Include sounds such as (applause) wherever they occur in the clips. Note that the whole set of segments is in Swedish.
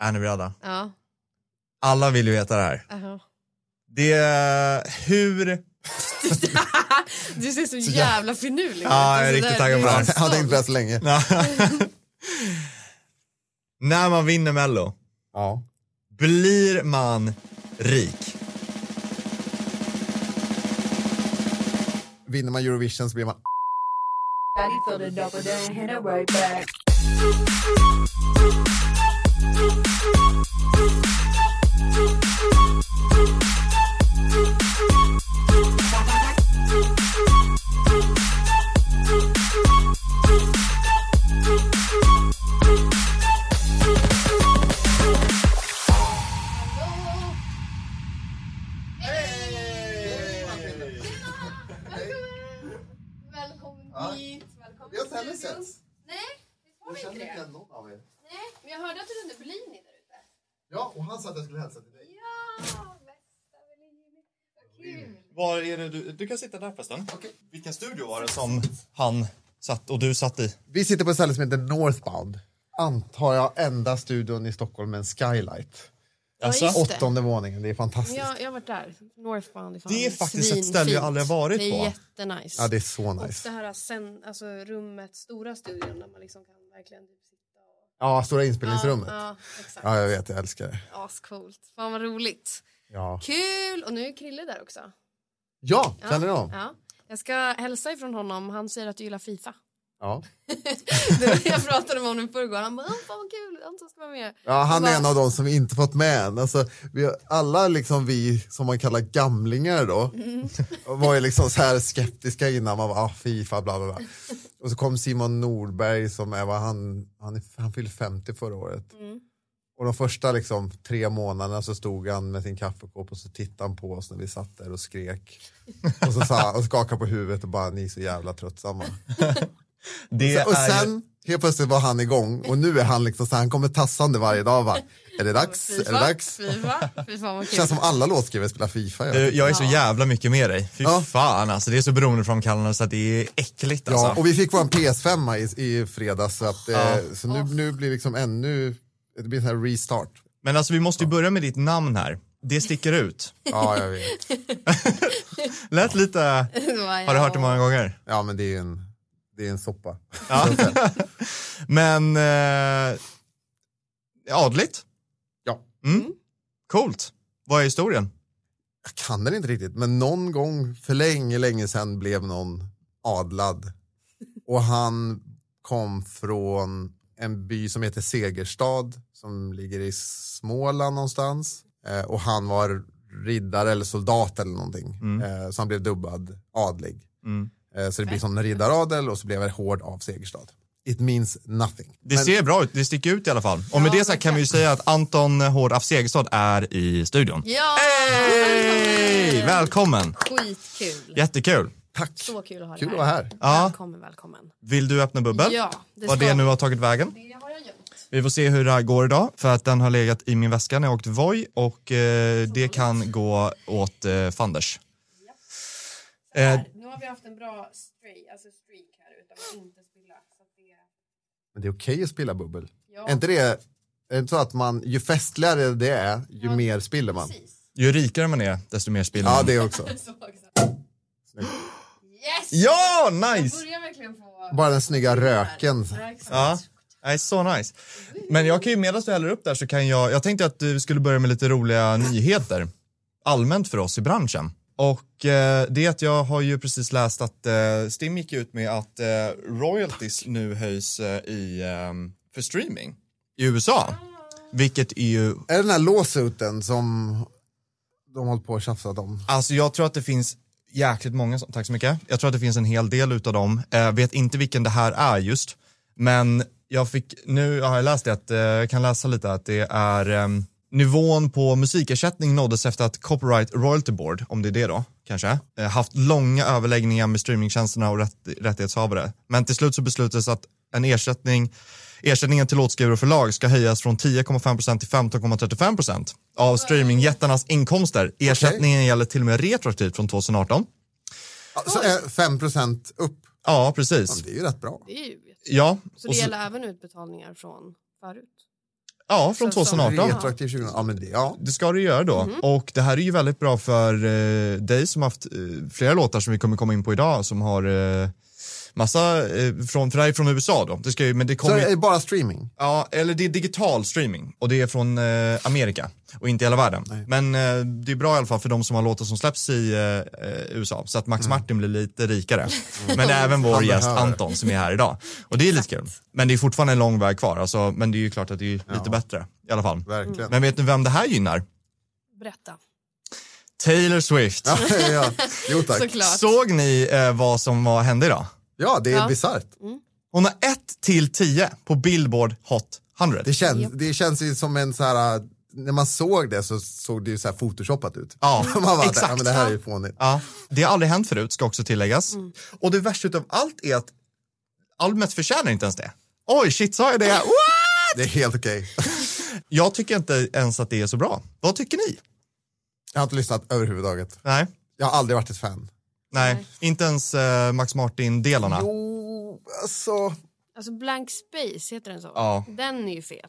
Är ni beredda? Ja. Alla vill ju veta det här. aha. Det är hur... (laughs) Du ser så jävla finurlig ut. Ja, jag är Alltså, där- riktigt taggad på du är det här. så Jag har tänkt på det här stolt. så länge. När man vinner Mello, Ja. blir man rik? Vinner man Eurovision så blir man... Daddy filled it up, but then hit it right back. Välkommen hit, välkommen Vi har inte heller till studion. setts. Nej, vi har inte det. någon av er. Nej, men jag hörde att du inte blir ni där ute. Ja, och han sa att jag skulle hälsa till dig. Ja, bästa Evelina. Vad kul. Var är det du... du kan sitta där förresten. Vilken studio var det som han satt och du satt i? Vi sitter på ett ställe som heter Northbound. Antar jag enda studion i Stockholm med en skylight. Alltså? just det. Åttonde våningen, det är fantastiskt. Jag, jag har varit där. Northbound. fan Det är faktiskt ett svinfint. ställe jag aldrig har varit Det på. är jättenice. Ja, det är så Och det nice. här sen, alltså, rummet, stora studion där man liksom kan verkligen typ sitta och... Ja, stora inspelningsrummet. Ja, ja exakt. Ja, jag vet, jag älskar det. Ascoolt. Fan vad roligt. Ja, Kul! Och nu är Krille där också. ja Ja. känner du honom? Ja. Jag ska hälsa ifrån honom. Han säger att du gillar Fifa. Ja. Det var- jag pratade med honom i förrgår. Han bara, "Åh, fan vad kul, Anton ska vara med. Ja, han Vad- är en av de som vi inte fått med än. Alltså, vi, har- alla liksom vi som man kallar gamlingar då var ju liksom så här skeptiska innan man var ah, Fifa bla bla bla. Och så kom Simon Norberg som är vad han, han, är- han fyllde 50 förra året. Och de första liksom, tre månaderna så stod han med sin kaffekopp och så tittade han på oss när vi satt där och skrek. Och så sa, och skakade på huvudet och bara ni är så jävla tröttsamma. Det Och är ju- sen helt plötsligt var han igång och nu är han liksom så här, han kommer tassande varje dag va? Är det dags? Är det dags? Fifa, Fifa vad kul. Känns som alla låtskrivare spelar Fifa. Ja. Du, jag är så jävla mycket med dig. Fy Ja. fan alltså, det är så beroendeframkallande så att det är äckligt alltså. Ja, och vi fick vår PS5 i, i fredags så, att, eh, så nu, nu blir liksom ännu, det blir en här restart. Men alltså vi måste ju börja med ditt namn här. Det sticker ut. Ja, jag vet. Lät lite... Har du hört det många gånger? Ja, men det är ju en, det är en soppa. Ja. Men... Eh, adligt? Ja. Mm. Coolt. Vad är historien? Jag kan den inte riktigt, men någon gång för länge, länge sedan blev någon adlad. Och han kom från en by som heter Segerstad som ligger i Småland någonstans. Eh, och han var riddare eller soldat eller någonting. Mm. Eh, så han blev dubbad adlig. Eh, så det blir som en riddaradel och så blev han hård av Segerstad. It means nothing. Det ser bra ut, det sticker ut i alla fall. Och med det sagt kan vi ju säga att Anton Hård af Segerstad är i studion. Ja, Hej! Välkommen! skitkul. Jättekul. Tack, Så kul att ha kul att dig vara här. Ja. Välkommen, välkommen. Vill du öppna bubbel? Ja, det Vad ska- det nu har tagit vägen? Det har jag gjort. Vi får se hur det här går idag för att den har legat i min väska när jag åkte Voi och eh, det kan gå åt eh, fanders. Eh, Nu har vi haft en bra stray, alltså streak här utan att inte spilla. Så att det... Men det är okej att spilla bubbel. Ja. Är inte det, är det inte så att man, ju festligare det är, ju mer spiller man? ju rikare man är desto mer spiller Ja, man. det också. (laughs) Så också. Snyggt. Yes! Ja, Jag nice! börjar verkligen få... Bara den snygga röken. Ja, exakt. Ja, nej, så nice. Men jag kan ju medan du häller upp där så kan jag, jag tänkte att du skulle börja med lite roliga nyheter allmänt för oss i branschen. Och eh, det är att jag har ju precis läst att eh, Stim gick ut med att eh, royalties nu höjs eh, i, ehm, för streaming i USA. Vilket är ju Är det den här låsuten som de håller på och tjafsat om? Alltså jag tror att det finns jäkligt många, som- tack så mycket. Jag tror att det finns en hel del utav dem. Eh, vet inte vilken det här är just, men jag fick, nu har jag läst det, att, eh, jag kan läsa lite att det är ehm, nivån på musikersättning nåddes efter att Copyright Royalty Board, om det är det då, kanske, eh, haft långa överläggningar med streamingtjänsterna och rätt, rättighetshavare. Men till slut så beslutades att en ersättning Ersättningen till låtskrivare och förlag ska höjas från 10,5% till 15,35% av streamingjättarnas inkomster. Ersättningen gäller till och med retroaktivt från 2018. Alltså, eh, 5% upp, Ja, Ja, precis. det är ju rätt bra. Det är ju jätte- Ja, Så och det så, gäller även utbetalningar från förut? Ja, från Så- som- Mhm. 2018. Retroaktiv 2018. Ja, men det, ja. Det ska du göra då. Och det här är ju väldigt bra för eh, dig som haft eh, flera låtar som vi kommer komma in på idag som har eh, massa, eh, från, för det här är från USA då. Det ska ju, men det Så kommer det ju, är bara streaming. ja, eller det är digital streaming och det är från eh, Amerika och inte hela världen. Men eh, det är bra i alla fall för de som har låtar som släpps i eh, eh, USA så att Max Martin blir lite rikare. Men även vår Mm. Han gäst behöver. Anton som är här idag. Och det är lite kul. Men det är fortfarande en lång väg kvar alltså, men det är ju klart att det är lite bättre i alla fall. Verkligen. Men vet ni vem det här gynnar? Berätta. Taylor Swift. Ja, (laughs) ja. Jo tack. Såklart. Såg ni eh, vad som var, hände idag? Ja, det är Ja. bisarrt. Hon har 1 till 10 på Billboard Hot 100. Det känns, det känns ju som en så här, när man såg det så såg det ju så här photoshoppat ut. Ja, (laughs) man bara, exakt. Ja, men det här är ju fånigt. Ja, det har aldrig hänt förut, ska också tilläggas. Och det värsta utav allt är att albumet förtjänar inte ens det. Oj, shit, sa jag det? What? Det är helt okej. Jag tycker inte ens att det är så bra. Vad tycker ni? Jag har inte lyssnat överhuvudtaget. Nej, Jag har aldrig varit ett fan. nej, inte ens eh, Max Martin-delarna. Jo, alltså. Alltså Blank Space, heter den så? Ja. Den är ju fet.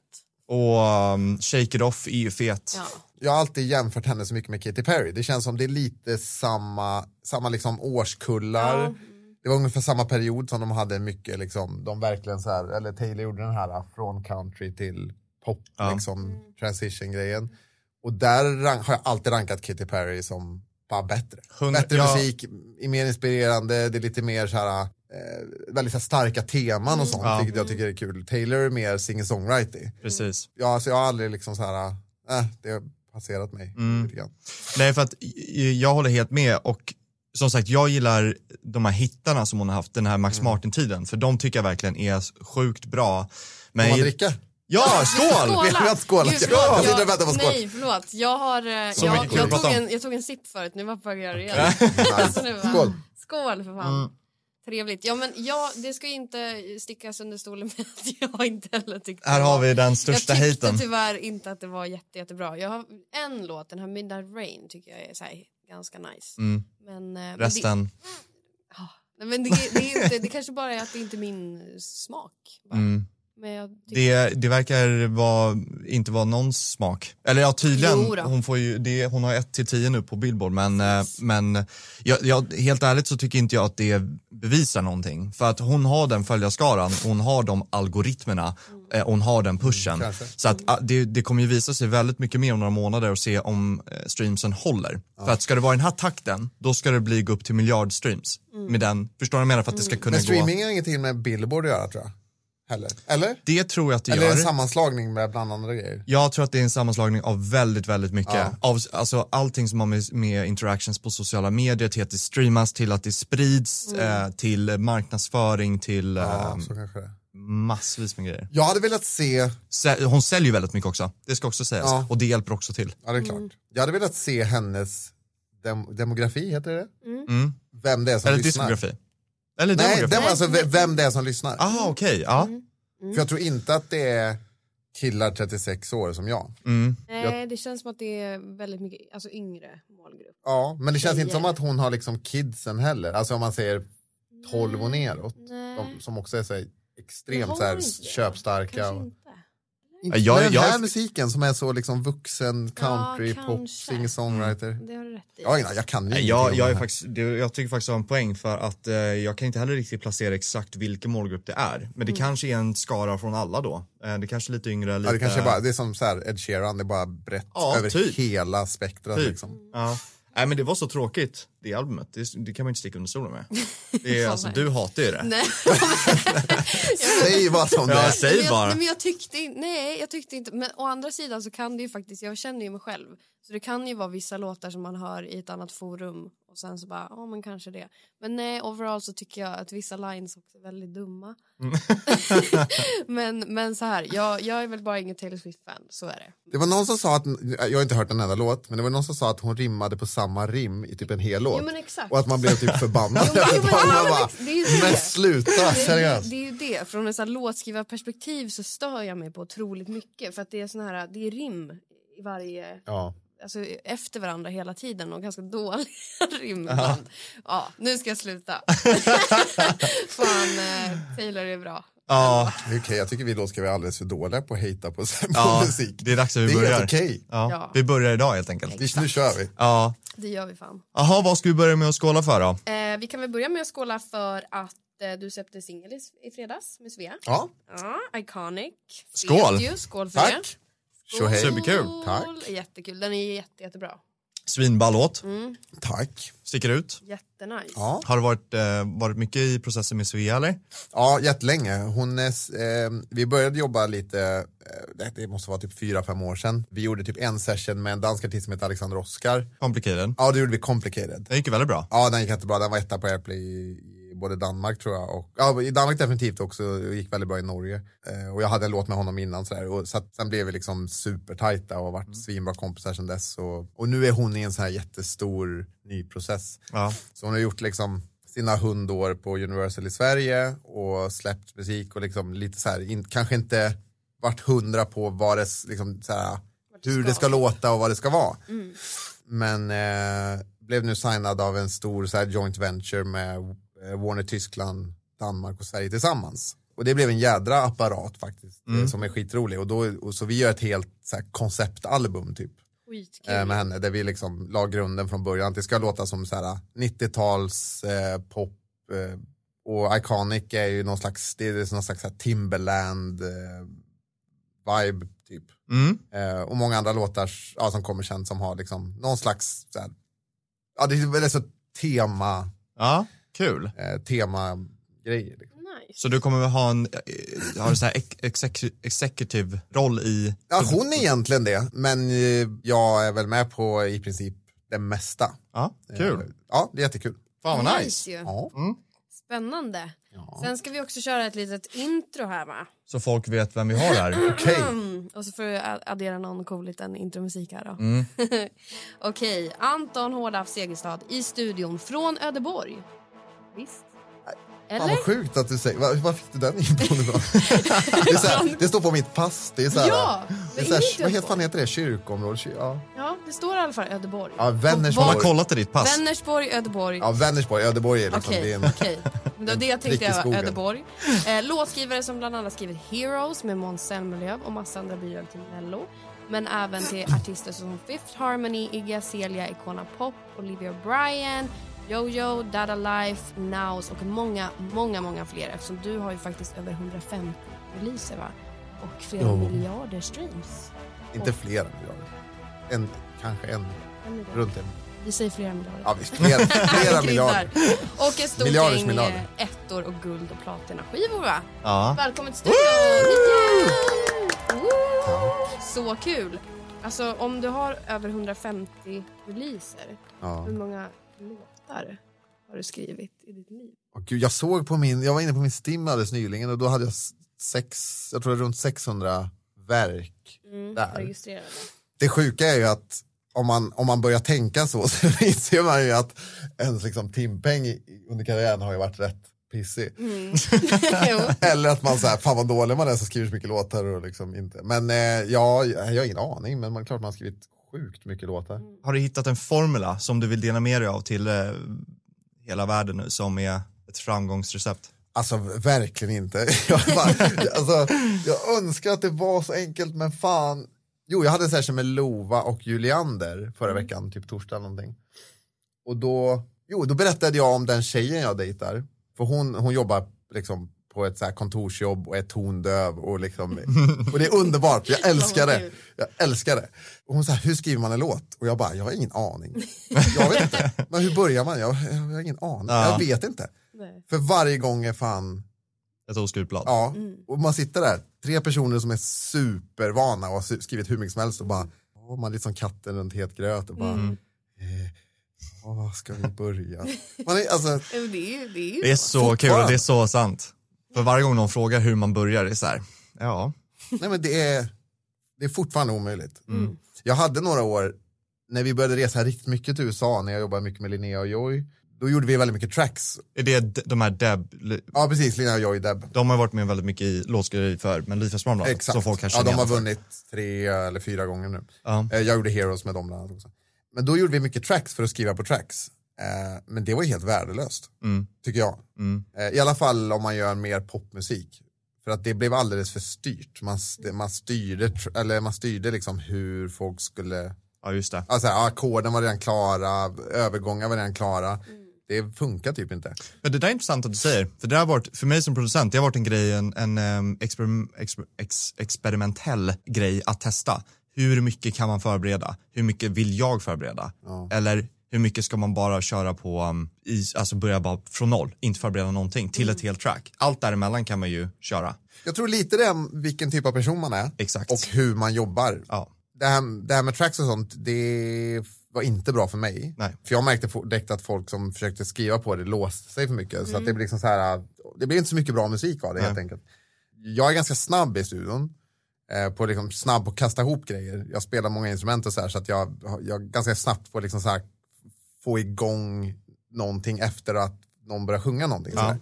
Och um, Shake It Off är ju fet. Ja. Jag har alltid jämfört henne så mycket med Katy Perry. Det känns som det är lite samma, samma liksom årskullar. Ja. Det var ungefär samma period som de hade mycket, liksom, de verkligen så här, eller Taylor gjorde den här från country till pop, Ja. liksom transition-grejen. Och där rank, har jag alltid rankat Katy Perry som bara bättre. Hundra- bättre ja. musik, i- mer inspirerande, det är lite mer så här, eh, väldigt så här starka teman och sånt, Mm, Ja. vilket jag tycker är kul. Taylor är mer singer-songwriting. Precis. Ja, alltså jag har aldrig liksom så här, äh, det har passerat mig Mm. lite grann. Nej, för att eh, jag håller helt med och som sagt, jag gillar de här hittarna som hon har haft den här Mm. Max Martin-tiden, för de tycker jag verkligen är sjukt bra. Men Får man jag- dricka? Ja, (laughs) skål! Skåla! (laughs) Vi har inte skålat. Gud, förlåt, Ja, jag- sitter och väntar på skål. Nej, förlåt. Jag har... eh, Jag, Så mycket jag, kul att prata om. tog en, jag tog en sipp förut, nu var jag på att göra (laughs) det igen. Alltså, nu, va? Skål. Skål för fan. Mm. Trevligt. Ja, men jag, det ska ju inte stickas under stolen med att (laughs) jag inte heller tyckte Här det har var- vi den Jag största tyckte typ- hejten. tyvärr inte att det var jätte, jättebra. Jag har en låt, den här Midnight Rain, tycker jag är så här, ganska nice. Mm, Men, eh, men det- resten. Nej, Men det, det, är inte, det kanske bara är att det inte är min smak. Bara. Mm. Men jag tycker, Det, det verkar vara, inte vara någons smak. Eller ja, tydligen. Jo då. Hon, får ju, det, hon har 1 till 10 nu på Billboard, men, eh, men jag, jag, helt ärligt så tycker inte jag att det bevisar någonting. För att hon har den följarskaran, hon har de algoritmerna, Mm. eh, hon har den pushen. Mm, Kanske. Så att, ah, det, det kommer ju visa sig väldigt mycket mer om några månader och se om eh, streamsen håller. För att ska det vara i den här takten, då ska det bli gå upp till miljard streams. Mm. Med den, förstår du vad jag menar? För att det ska kunna gå... Men streaming har ingenting med Billboard att göra tror jag. Heller. Eller? Det tror jag att det Eller är gör. det en sammanslagning med bland andra grejer? Jag tror att det är en sammanslagning av väldigt, väldigt mycket. Av, alltså allting som har med, med interactions på sociala medier, till att det streamas, till att det sprids, eh, till marknadsföring, till Mm. Ja, eh, så kanske det. massvis med grejer. Jag hade velat se, Sä- Hon säljer ju väldigt mycket också, det ska också sägas. Ja. Och det hjälper också till. ja det är klart. Jag hade velat se hennes dem, demografi, heter det Mm. Vem det är som Eller lyssnar. diskografi. Eller Nej, demografi. dem, alltså ve- vem det Mm. är som lyssnar. Ah, okej. Ja. Mm. För jag tror inte att det är killar 36 år som jag. Mm. nej, det känns som att det är väldigt mycket alltså, yngre målgrupp. Ja, men det känns Tjejer. inte som att hon har liksom kidsen heller. Alltså om man säger 12 och neråt. Mm. Nej, De, som också är så här, Men extremt har så här, hon inte det? köpstarka. kanske Och, inte. inte Ja, med jag- den här musiken som är så liksom vuxen country, pop, kanske. Mm. singer-songwriter. Det har du rätt i. Ja, (laughs) jag kan ju Nej, ingenting om Jag, det jag, är här. faktiskt, det, jag tycker faktiskt att jag har en poäng för att eh, jag kan inte heller riktigt placera exakt vilken målgrupp det är. Men Mm. det kanske är en skara från alla då. Eh, det kanske är lite yngre, lite... Ja, det kanske är bara, det är som så här Ed Sheeran, det är bara brett Ja, över typ. hela spektrat. Typ. Liksom. Ja. Nej men det var så tråkigt, det albumet. Det, det kan man inte sticka under stolen med. (laughs) Det är, Fan, alltså, nej. du hatar ju det. Nej, (laughs) Säg vad som det Ja, är. men säg jag, bara. nej, men jag tyckte inte, nej jag tyckte inte, men å andra sidan så kan det ju faktiskt, jag känner ju mig själv, så det kan ju vara vissa låtar som man hör i ett annat forum och sen så bara, ja men kanske det. Men nej, overall så tycker jag att vissa lines också är väldigt dumma. Mm. (laughs) (laughs) men, men så här, jag, jag är väl bara ingen Taylor Swift-fan, så är det. Det var någon som sa att, jag har inte hört en enda låt, men det var någon som sa att hon rimmade på samma rim i typ en hel låt. Jo men exakt. och att man blev typ förbannad. (laughs) Jo, men- jo, men- Man ja, men (laughs) bara, det är ju det. (laughs) men sluta, Det är, ju- seriöst. det är ju det, från ett så här låtskrivarperspektiv så stör jag mig på otroligt mycket för att det är sån här, det är rim i varje Ja. alltså, efter varandra hela tiden och ganska (laughs) dåliga rim (laughs) ibland. Ja, nu ska jag sluta. Fan, eh, Taylor är bra. Ja, Det är okej, jag tycker vi låtskriver är alldeles för dåliga på att hejta på, (laughs) på ja musik. det är dags att Det vi är helt börjar. okej. Ja, Ja. vi börjar idag helt enkelt. Vi- Nu kör vi. Ja. Det gör vi fan. Jaha, vad ska vi börja med att skåla för då? Eh, vi kan väl börja med att skåla för att eh, du släppte singel i, i fredags med Svea. Ja, Ja, Iconic. Fet Skål. Ju. Skål för det. tack. Tjohej. Superkul. Tack. Jättekul. Den är jätte, jättebra. Svinball låt, Mm, Tack. sticker ut. jättenice. Ja. Har det varit, eh, varit mycket i processen med Svea eller? Ja, jättelänge. Hon är, s- eh, vi började jobba lite, eh, det- det måste vara typ fyra fem år sedan. Vi gjorde typ en session med en dansk artist som heter Alexander Oskar. Complicated. Ja, det gjorde vi complicated. Det gick ju väldigt bra. Ja, den gick jättebra. Den var etta på Airplay i i både Danmark tror jag och ja, i Danmark definitivt också. Det gick väldigt bra i Norge. Eh, och jag hade en låt med honom innan sådär. Och så att, sen blev vi liksom supertajta och har varit svinbra kompisar sedan dess. Och, och nu är hon i en sån här jättestor ny process. Ja. Så hon har gjort liksom sina hundår på Universal i Sverige och släppt musik och liksom lite så här, in, kanske inte varit hundra på vad det, s- liksom så här, hur det ska låta och vad det ska vara. Mm. Men eh, blev nu signad av en stor så här, joint venture med eh, Warner Tyskland, Danmark och Sverige tillsammans. Och det blev en jädra apparat faktiskt eh, som är skitrolig. Och då, och så vi gör ett helt så här, konceptalbum typ Skitkul. eh, med henne där vi liksom la grunden från början. Det ska låta som så här 90-tals eh, pop eh, och Iconic är ju någon slags, det är någon slags så här Timberland eh, vibe typ. Mm. Eh, och många andra låtar ja, som kommer sen som har liksom någon slags så här, ja det är väl så tema, Ja, kul. eh, tema grejer. Liksom. Nice. Så du kommer väl ha en, eh, har du så här ex- exec- executive roll i? Ja hon är egentligen det, men eh, jag är väl med på i princip det mesta. Ja, Eh, kul. ja, det är jättekul. Fan vad nice. ju. Ja. Spännande. Sen ska vi också köra ett litet intro här va? Så folk vet vem vi har här. Okej. Mm. Och så får du a- addera någon cool liten intromusik här då. Mm. (laughs) Okej, Anton Hårdaf Segerstad i studion från Ödeborg. Visst? Eller? Fan vad sjukt att du säger, var, var fick du den infon ifrån? det, är så här, det står på mitt pass, det är så här, ja! det är så här, typ vad heter, fan heter det, kyrkoområde? kyr- Ja, Ja, det står i alla fall Ödeborg. ja Har man Vänersborg. kollat i ditt pass? Vänersborg, Ödeborg. Ja, Vänersborg, Ödeborg är liksom, det Okej, är en, (laughs) okej. Det var det jag prick i tänkte jag var skogen. Ödeborg. Eh, låtskrivare som bland annat skrivit Heroes med Måns Zelmerlöw och massa andra bidrag till Mello. Men även till artister som Fifth Harmony, Iggy Azalea, Icona Pop, Olivia Bryan, Jojo, Dada Life, Nows och många, många, många fler eftersom du har ju faktiskt över 150 releaser va? Och flera Jo. miljarder streams. inte fler än jag. En, kanske en, En miljard. runt en. Vi säger flera miljarder. Ja, visst, flera, (laughs) flera Vi miljarder. kryddar. Och ett stort Miljarders gäng miljarder. eh, ettor och guld och platinaskivor va? Ja. Välkommen till studion! Woo! Så kul! Alltså om du har över 150 releaser, Ja. hur många låtar har du skrivit i ditt liv? Och gud, jag såg på min, jag var inne på min Stim alldeles nyligen och då hade jag s- sex, jag tror det var runt 600 verk där. (laughs) Registrerade. det sjuka är ju att om man, om man börjar tänka så (laughs) så inser man ju att ens liksom timpeng i- under karriären har ju varit rätt pissig. jo. Eller att man säger fan vad dålig man är som skriver så mycket låtar och liksom inte. Men eh, ja, jag har ingen aning, men man, klart man har skrivit sjukt mycket låtar. Har du hittat en formula som du vill dela med dig av till eh, hela världen nu som är ett framgångsrecept? Alltså verkligen inte. (laughs) Jag, bara, alltså, jag önskar att det var så enkelt, men fan. Jo, jag hade en session med Lova och Juliander förra veckan, typ torsdag eller någonting. Och då, jo, då berättade jag om den tjejen jag dejtar. För hon, hon jobbar liksom på ett så här kontorsjobb och är tondöv och liksom, och det är underbart, jag älskar det. Jag älskar det. Och hon sa, hur skriver man en låt? Och jag bara, jag har ingen aning. Jag vet inte, men hur börjar man? Jag, jag har ingen aning, Ja. jag vet inte. Nej. För varje gång är fan, Ett oskrivet blad? ja, och man sitter där, tre personer som är supervana och har su- skrivit hur mycket som helst och bara, åh, man är lite som katten runt het gröt och bara, eh, åh, var ska vi börja? Man är, alltså, Jo, Det är ju... Det är ju Det är så. så kul och det är så sant. För varje gång någon frågar hur man börjar, det är så här, ja. nej men det är, det är fortfarande omöjligt. Jag hade några år, när vi började resa riktigt mycket till USA, när jag jobbade mycket med Linnea och Joy, då gjorde vi väldigt mycket tracks. Är det d- de här Deb, Ja, precis, Linnea och Joy, Deb. de har varit med väldigt mycket i låtskriveri för Melodifestivalen Exakt. alltså, som folk kanske ja, de känner har igen. vunnit tre eller fyra gånger nu. Ja. Eh, Jag gjorde Heroes med dem bland annat också. Men då gjorde vi mycket tracks för att skriva på tracks. Eh, Men det var ju helt värdelöst, tycker jag. Mm. Eh, I alla fall om man gör mer popmusik. För att det blev alldeles för styrt. Man, st- man styrde, tr- eller man styrde liksom hur folk skulle Ja, just det. Alltså ja, ackorden var redan klara, övergångar var redan klara. Det funkar typ inte. Men det där är intressant att du säger, för det där har varit, för mig som producent, det har varit en grej, en, en ehm, experim, exper, ex, experimentell grej att testa. Hur mycket kan man förbereda? Hur mycket vill jag förbereda? Eller hur mycket ska man bara köra på, um, i, alltså börja bara från noll, inte förbereda någonting, till Mm. ett helt track. Allt däremellan kan man ju köra. Jag tror lite det är om vilken typ av person man är Exakt. och hur man jobbar. Ja. Det, här, det här med tracks och sånt, det var inte bra för mig. Nej. För jag märkte fo- direkt att folk som försökte skriva på det låste sig för mycket. Så att det blir liksom så här, det blir inte så mycket bra musik av det helt Mm. Nej. enkelt. Jag är ganska snabb i studion. eh, På liksom snabb på att kasta ihop grejer. Jag spelar många instrument och så här så att jag, jag ganska snabbt får liksom så här få igång någonting efter att någon börjar sjunga någonting. Ja. Så, här.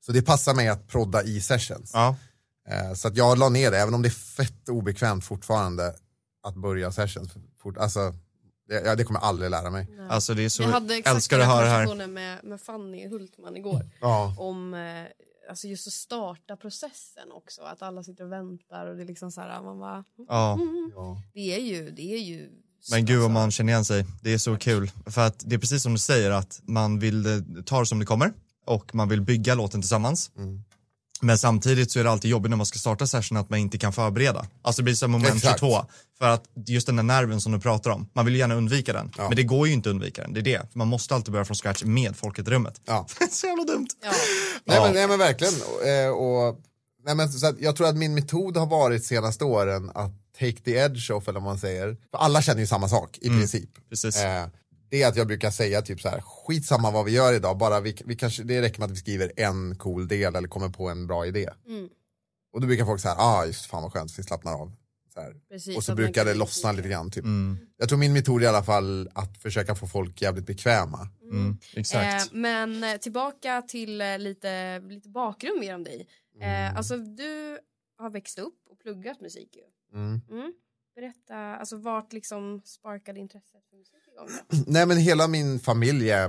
så det passar mig att prodda i sessions. Ja. Eh, Så att jag la ner det, även om det är fett obekvämt fortfarande att börja sessions. Fort, alltså, det, ja, det kommer jag aldrig lära mig. Alltså det är så, Jag hade exakt älskar den att här höra det här. konversationen med, med Fanny Hultman igår. Ja. om eh, alltså just att starta processen också. Att alla sitter och väntar och det är liksom så här, man bara, Ja. Ja. det är ju, det är ju. alltså, Men gud vad man känner igen sig, det är så kul. För att det är precis som du säger att man vill eh, ta det som det kommer och man vill bygga låten tillsammans. Men samtidigt så är det alltid jobbigt när man ska starta session att man inte kan förbereda. Alltså det blir som moment Exakt. 22. För att just den där nerven som du pratar om, man vill ju gärna undvika den. Ja. Men det går ju inte att undvika den, det är det. Man måste alltid börja från scratch med folket i (laughs) rummet. Ja. så jävla dumt. Ja, Nej, Ja. men, nej men verkligen. Och, eh, och, nej, men, så att jag tror att min metod har varit senaste åren att take the edge off eller vad man säger. För alla känner ju samma sak i princip. Mm. Precis. Eh, det är att jag brukar säga typ så här, skitsamma vad vi gör idag, bara vi, vi kanske, det räcker med att vi skriver en cool del eller kommer på en bra idé. Mm. Och då brukar folk säga, ah just fan vad skönt, vi slappnar av. Så här. precis. Och så att man brukar kan det lossna utnyttja. lite grann. Typ. Mm, Jag tror min metod är i alla fall att försöka få folk jävligt bekväma. mm, exakt. Eh, men eh, tillbaka till eh, lite, lite bakgrund mer om dig. Eh, alltså du har växt upp och pluggat musik ju. Mm. Mm. Berätta, alltså vart liksom sparkade intresset för musik igång? då? Nej men hela min familj är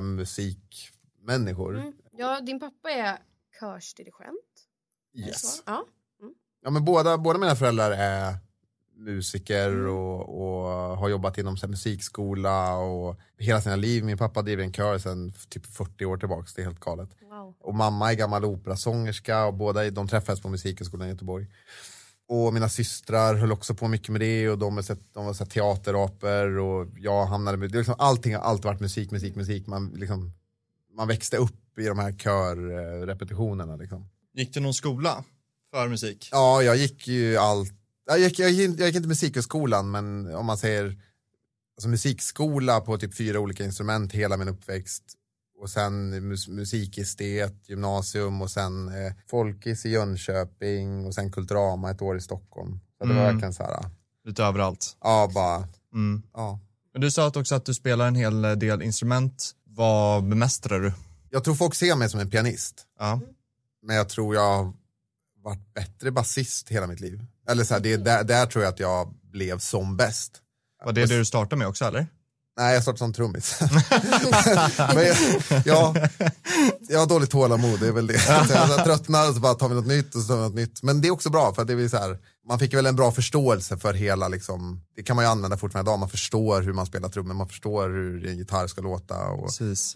musikmänniskor. Mm. Ja, din pappa är körsdirigent. är det Yes. så? Ja. Ja, men båda, båda mina föräldrar är musiker Mm. och, och har jobbat inom så här, musikskola och hela sina liv. Min pappa driver en kör sedan f- typ 40 år tillbaka, det är helt galet. Wow. Och mamma är gammal operasångerska och båda de träffades på Musikhögskolan i Göteborg. Och mina systrar höll också på mycket med det och de, är, så- de var så här teaterapor och jag hamnade med, det är liksom, allting har alltid varit musik, musik, musik. Man, liksom, man växte upp i de här körrepetitionerna liksom. Gick du någon skola för musik? Ja, jag gick ju allt. Jag gick, jag gick, jag gick inte musikhögskolan, men om man säger alltså musikskola på typ fyra olika instrument hela min uppväxt. Och sen mus, musikestet, gymnasium och sen eh, folkis i Jönköping och sen kulturama ett år i Stockholm. Så det var Mm. verkligen så här, Lite överallt. ja bara, Mm. ja. Men du sa att också att du spelar en hel eh, del instrument. Vad bemästrar du? Jag tror folk ser mig som en pianist, Ja. men jag tror jag har varit bättre basist hela mitt liv. Eller så här, det är där, där tror jag att jag blev som bäst. Var det det du startade med också eller? Nej, jag startade (laughs) som trummis. men jag, jag, jag har dåligt tålamod, det är väl det. Så jag jag tröttnar och så bara tar vi något nytt och så tar vi något nytt. Men det är också bra för att det blir så här, man fick väl en bra förståelse för hela, liksom, det kan man ju använda fortfarande idag, man förstår hur man spelar trummor, man förstår hur en gitarr ska låta och, Precis.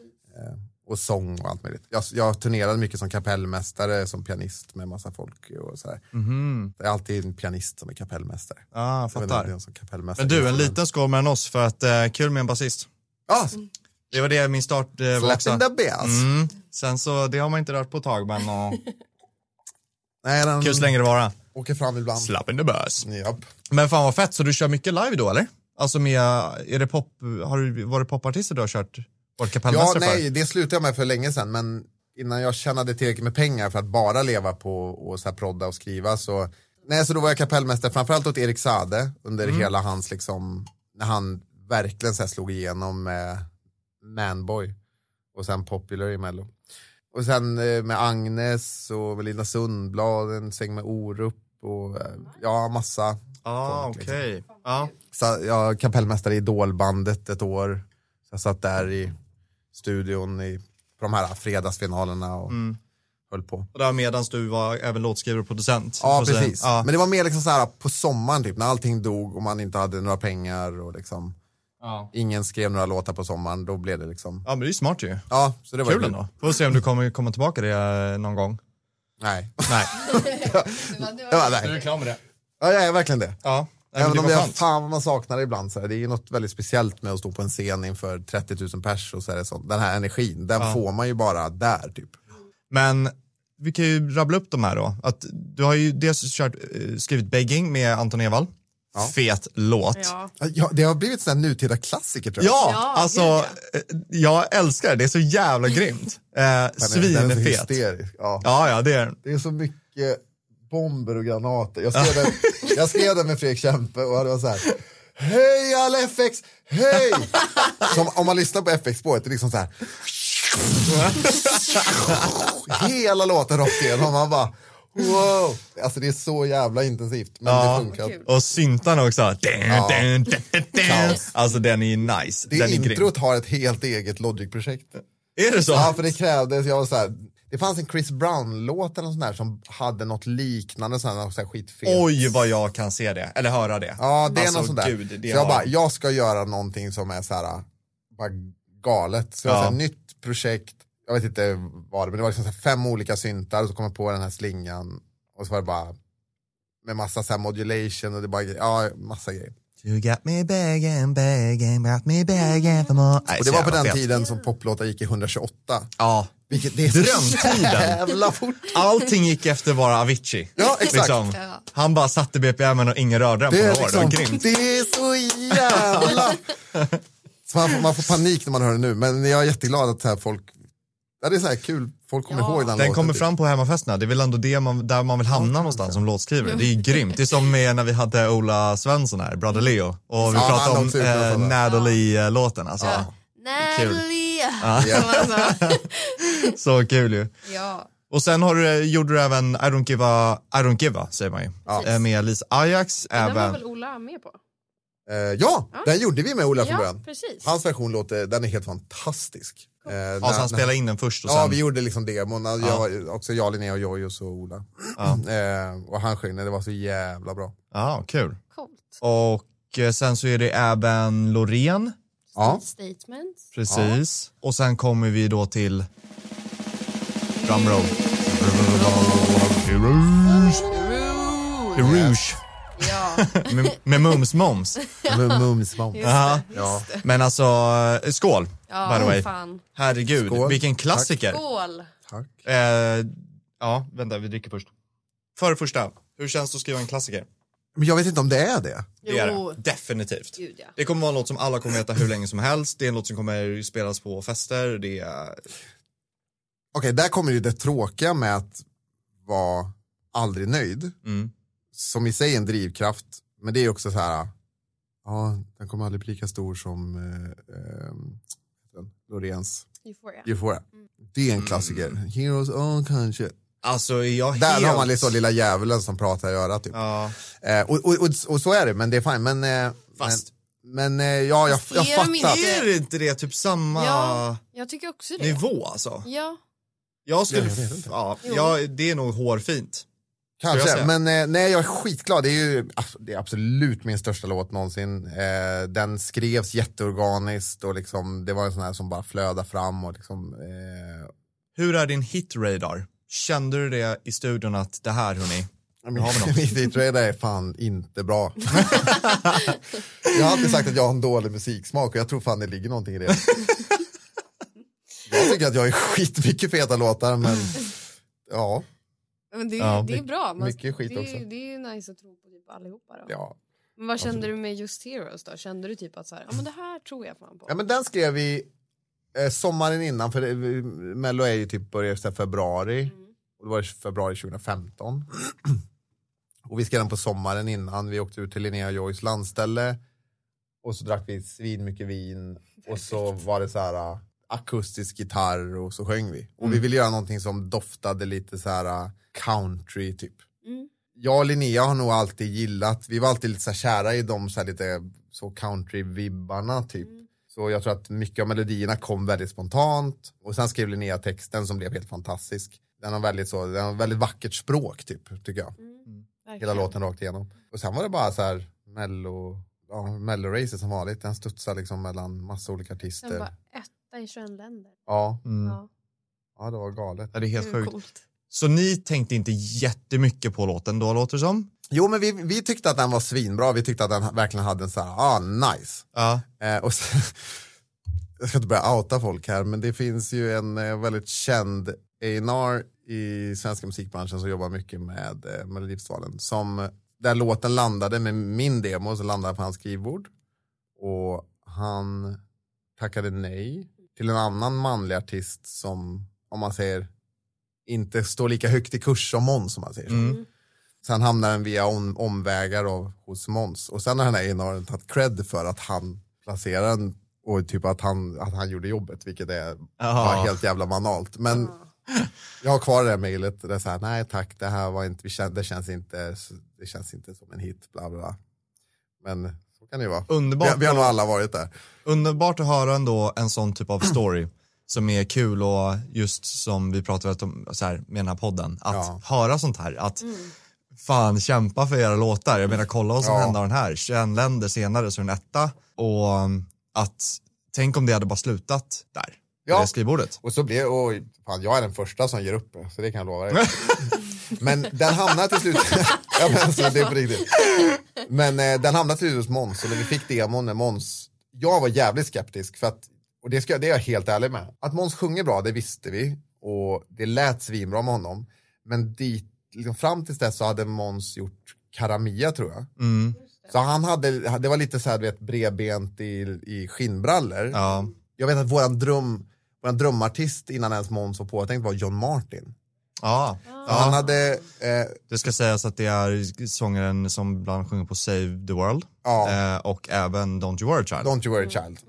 och sång och allt möjligt. Jag, jag turnerade mycket som kapellmästare, som pianist med massa folk och så här. Mhm. Det är alltid en pianist som är kapellmästare. Ah, Jag vet inte om det är fattar. någon som kapellmästare. Men du, en liten skål mellan oss för att eh, kul med en basist. Ja, Det var det min start eh, var också. slapping the bass. Mm. Sen så, det har man inte rört på ett tag men Mm. uh, Nej, den kul så länge det vara. åker fram ibland. Slapp in the bus. Japp. Men fan vad fett, så du kör mycket live då eller? Alltså med, är det pop, har du, var det popartister du har kört? Varit Ja, kapellmästare nej, för? det slutade jag med för länge sedan, men innan jag tjänade tillräckligt med pengar för att bara leva på och så här prodda och skriva så, nej, så då var jag kapellmästare framförallt åt Erik Sade under hela hans liksom, när han verkligen så här slog igenom med Manboy och sen Popular i Mello. Och sen eh, med Agnes och med Linda Sundblad, en säng med Orup och eh, ja, massa. ah, folk, liksom. okej. Ja. Så jag var kapellmästare i Idolbandet ett år. Mm. Så jag satt där i studion i, på de här fredagsfinalerna och höll på. Och där medan du var även låtskrivare och producent. Ja, Så att säga. precis. Ja. Men det var mer liksom så här på sommaren typ, när allting dog och man inte hade några pengar och liksom ja. ingen skrev några låtar på sommaren, då blev det liksom, ja, men det är ju smart ju. ja, så det var Kul ju- ändå. Får se om du kommer komma tillbaka det eh, någon (laughs) gång. Nej. Nej, Ja, nej. klar med det. ja, jag är verkligen det. Ja, Nej, men Även det om det var är skönt. fan vad man saknar det ibland. Så här. Det är ju något väldigt speciellt med att stå på en scen inför 30 000 pers och så är det sånt. Den här energin, den Ja. får man ju bara där typ. Men vi kan ju rabbla upp de här då. Att du har ju dels kört, eh, skrivit Begging med Anton Ewald. Ja. Fet låt. Ja. Ja, det har blivit en nutida klassiker tror jag. Ja, Ja, alltså eh, jag älskar det. Det är så jävla grymt. Eh, Den är- den är så Svinfet. hysterisk. Ja. Ja, ja, det är den. Det är så mycket bomber och granater. Jag skrev, den, jag skrev den med Fredrik Kempe och det var så här. Hej alla FX, hej! Som om man lyssnar på FX-spåret, det är liksom så här. Hela låten rakt igenom. Man bara wow. Alltså det är så jävla intensivt. Men Ja. det funkar. Kul. Och syntarna också. Ja. Dun, dun, dun, dun. Kaos. Alltså den är ju nice. Det den är grym. introt har ett helt eget Logic-projekt. Är det så? Ja, för det krävdes, jag var så här. Det fanns en Chris Brown-låt eller något sånt där som hade något liknande, sån här, något så här skitfel. Oj vad jag kan se det, eller höra det. Ja, det är Alltså, något sånt där. gud, det så jag har- bara, jag ska göra någonting som är så här, bara galet. Så jag Ja. sa, nytt projekt, jag vet inte vad det men det var liksom så här fem olika syntar och så kom jag på den här slingan och så var det bara med massa så här modulation och det bara, ja, massa grejer. You got me begging, begging, got me begging for more. Nej, Och så det var på jävla den fet. tiden som poplåtar gick i 128. Ja. Vilket det är Drömtiden. jävla fort. Allting gick efter bara Avicii. Ja, exakt. Liksom. Han bara satte BPM och ingen rörde den på Det några är, år. Det var liksom, grymt. det är så jävla... Så man, får- man får panik när man hör det nu, men jag är jätteglad att så här folk... Ja, det är så här kul, folk kommer Ja. ihåg (laughs) den, Den låten, kommer typ. fram på hemmafesterna. Det är väl ändå det man, där man vill hamna någonstans som låtskrivare. Det är ju Mm. grymt. Det är som med när vi hade Ola Svensson här, Brother Leo. Och vi Ja, pratade han om också gjort något eh, sånt Natalie-låten. Alltså, Natalie! (laughs) Alltså, Ja. Så kul ju. Ja. Och sen har du, gjorde du även I don't give a, I don't give a säger man ju. Ja. Eh, Med Lisa Ajax. Den var Även, väl Ola med på? Eh, ja, Ja. den gjorde vi med Ola från Ja, början. precis. Hans version låter, den är helt fantastisk. Eh, när- ja, så han när- spelade in den först och Ja, sen, vi gjorde liksom demon, jag, var- också jag, Linnea, och Jojos och Ola. (clears throat) Eh, och han sjöng den, det var så jävla bra. ja kul. Coolt. Och eh, sen så är det även Loreen, Ja. Statements. precis. Och sen kommer vi då till drumroll. Rouge Ja. med, med (laughs) Mums Moms. Mums, mums. Aha. Ja. Men alltså, eh, skål by the Ja, way. fan. Herregud, Skål. vilken klassiker. Skål! Tack. Eh, ja, vänta, vi dricker först. För det första, hur känns det att skriva en klassiker? Men jag vet inte om det är det. Det är Jo. det, definitivt. Gud ja. Det kommer vara en låt som alla kommer veta hur länge som helst. Det är en låt som kommer spelas på fester. Det är... Okej, där kommer ju det tråkiga med att vara aldrig nöjd. Mm. Som i sig är en drivkraft, men det är ju också så här, ja, den kommer aldrig bli lika stor som eh, eh, den, Loreens Euphoria. Euphoria. Det är en klassiker. Mm. Heroes on kanske. Alltså är jag Där helt... har man liksom lilla djävulen som pratar i örat. Typ. Ja, Eh, och, och, och, och så är det, men det är fine. Men, eh, fast men, men eh, ja, jag, Fast jag är de fattar. inte- är det inte det typ samma Ja, jag tycker också det. nivå alltså? Ja. Jag skulle... Jag vet inte. Ja, Jo. ja, det är nog hårfint. Ska jag Kanske, säga? men eh, nej jag är skitglad. Det är ju aff, det är absolut min största låt någonsin. Eh, den skrevs jätteorganiskt och liksom, det var en sån här som bara flödade fram. Och liksom, eh, Hur är din hitradar? Kände du det i studion att det här hörni, min har vi (laughs) något. hitradar är fan inte bra. (laughs) jag har alltid sagt att jag har en dålig musiksmak och jag tror fan det ligger någonting i (laughs) det. jag tycker att jag är skitmycket feta låtar men ja, Men det, är- Ja, det är bra. Man, mycket skit det, är, också. ju- det är ju nice att tro på typ allihopa. Då. ja. Men vad kände absolut. du med Just Heroes då? Kände du typ att så här, ja men det här tror jag fan på? Ja, men den skrev vi eh, sommaren innan, för eh, Mello är ju typ börjar så här februari. Mm. Och det var i februari 2015. (clears throat) och vi skrev den på sommaren innan, vi åkte ut till Linnea Joys landställe. Och så drack vi svin mycket vin. Och så var det så här eh, akustisk gitarr och så sjöng vi. Och vi ville göra någonting som doftade lite så här eh, country typ Mm. jag och Linnea har nog alltid gillat, vi var alltid lite så här kära i de så här lite så country-vibbarna typ. Mm. Så jag tror att mycket av melodierna kom väldigt spontant och sen skrev Linnea texten som blev helt fantastisk. Den har väldigt, så, den har väldigt vackert språk typ, tycker jag. Hela verkligen. låten rakt igenom. Och sen var det bara så här mello, ja, mello-racet som vanligt. Den studsar liksom mellan massa olika artister. Den var etta i 21 länder. Ja, Mm. Ja, ja, det var galet. Ja, det är helt det är sjukt. coolt. Så ni tänkte inte jättemycket på låten då, låter det som? Jo, men vi, vi tyckte att den var svinbra. Vi tyckte att den verkligen hade en så här, ah, nice. Ja. Eh, och sen, (laughs) jag ska inte börja outa folk här, men det finns ju en eh, väldigt känd A&R i svenska musikbranschen som jobbar mycket med eh, Melodifestivalen. Som, eh, där låten landade med min demo, så landade den på hans skrivbord. Och han tackade nej till en annan manlig artist som, om man säger, inte står lika högt i kurs som Måns, om man säger så. Mm. Sen hamnar den via om, omvägar av, hos Måns. Och sen har den här Einaren tagit cred för att han placerar den och typ att han, att han gjorde jobbet, vilket är bara Ja. helt jävla banalt. Men Ah. jag har kvar det här mejlet. Det är så här, nej tack, det här var inte, vi kän, det, känns inte, det känns inte som en hit, bla bla. bla. Men så kan det ju vara. Underbart. Vi, vi har nog alla varit där. Underbart att höra ändå en sån typ av story som är kul och just som vi pratade väldigt om så här, med den här podden, att Ja. höra sånt här, att Mm. fan kämpa för era låtar, jag menar kolla vad som Ja. hände av den här, 21 länder senare så är den etta och um, att tänk om det hade bara slutat där, ja. Ja. det skrivbordet. Och så blev, och fan, jag är den första som ger upp, så det kan jag lova dig. men den hamnar till slut, (laughs) ja, men, så det är på riktigt. Men eh, den hamnar till slut hos Måns, eller vi fick demon med Måns. Jag var jävligt skeptisk, för att, och det, ska, det är jag helt ärlig med. Att Måns sjunger bra, det visste vi, och det lät svinbra med honom. Men dit, liksom, fram tills dess så hade Måns gjort Karamia tror jag. Mm. Så han hade, det var lite så här, du vet, bredbent i, i skinnbrallor Ja. jag vet att våran dröm, våran drömartist innan ens Måns var påtänkt var John Martin. Ja. Han ja, hade, eh, det ska sägas att det är sångaren som ibland sjunger på Save the World ja, eh, Mm. och även Don't You Worry Child. Don't Mm. You Worry Child.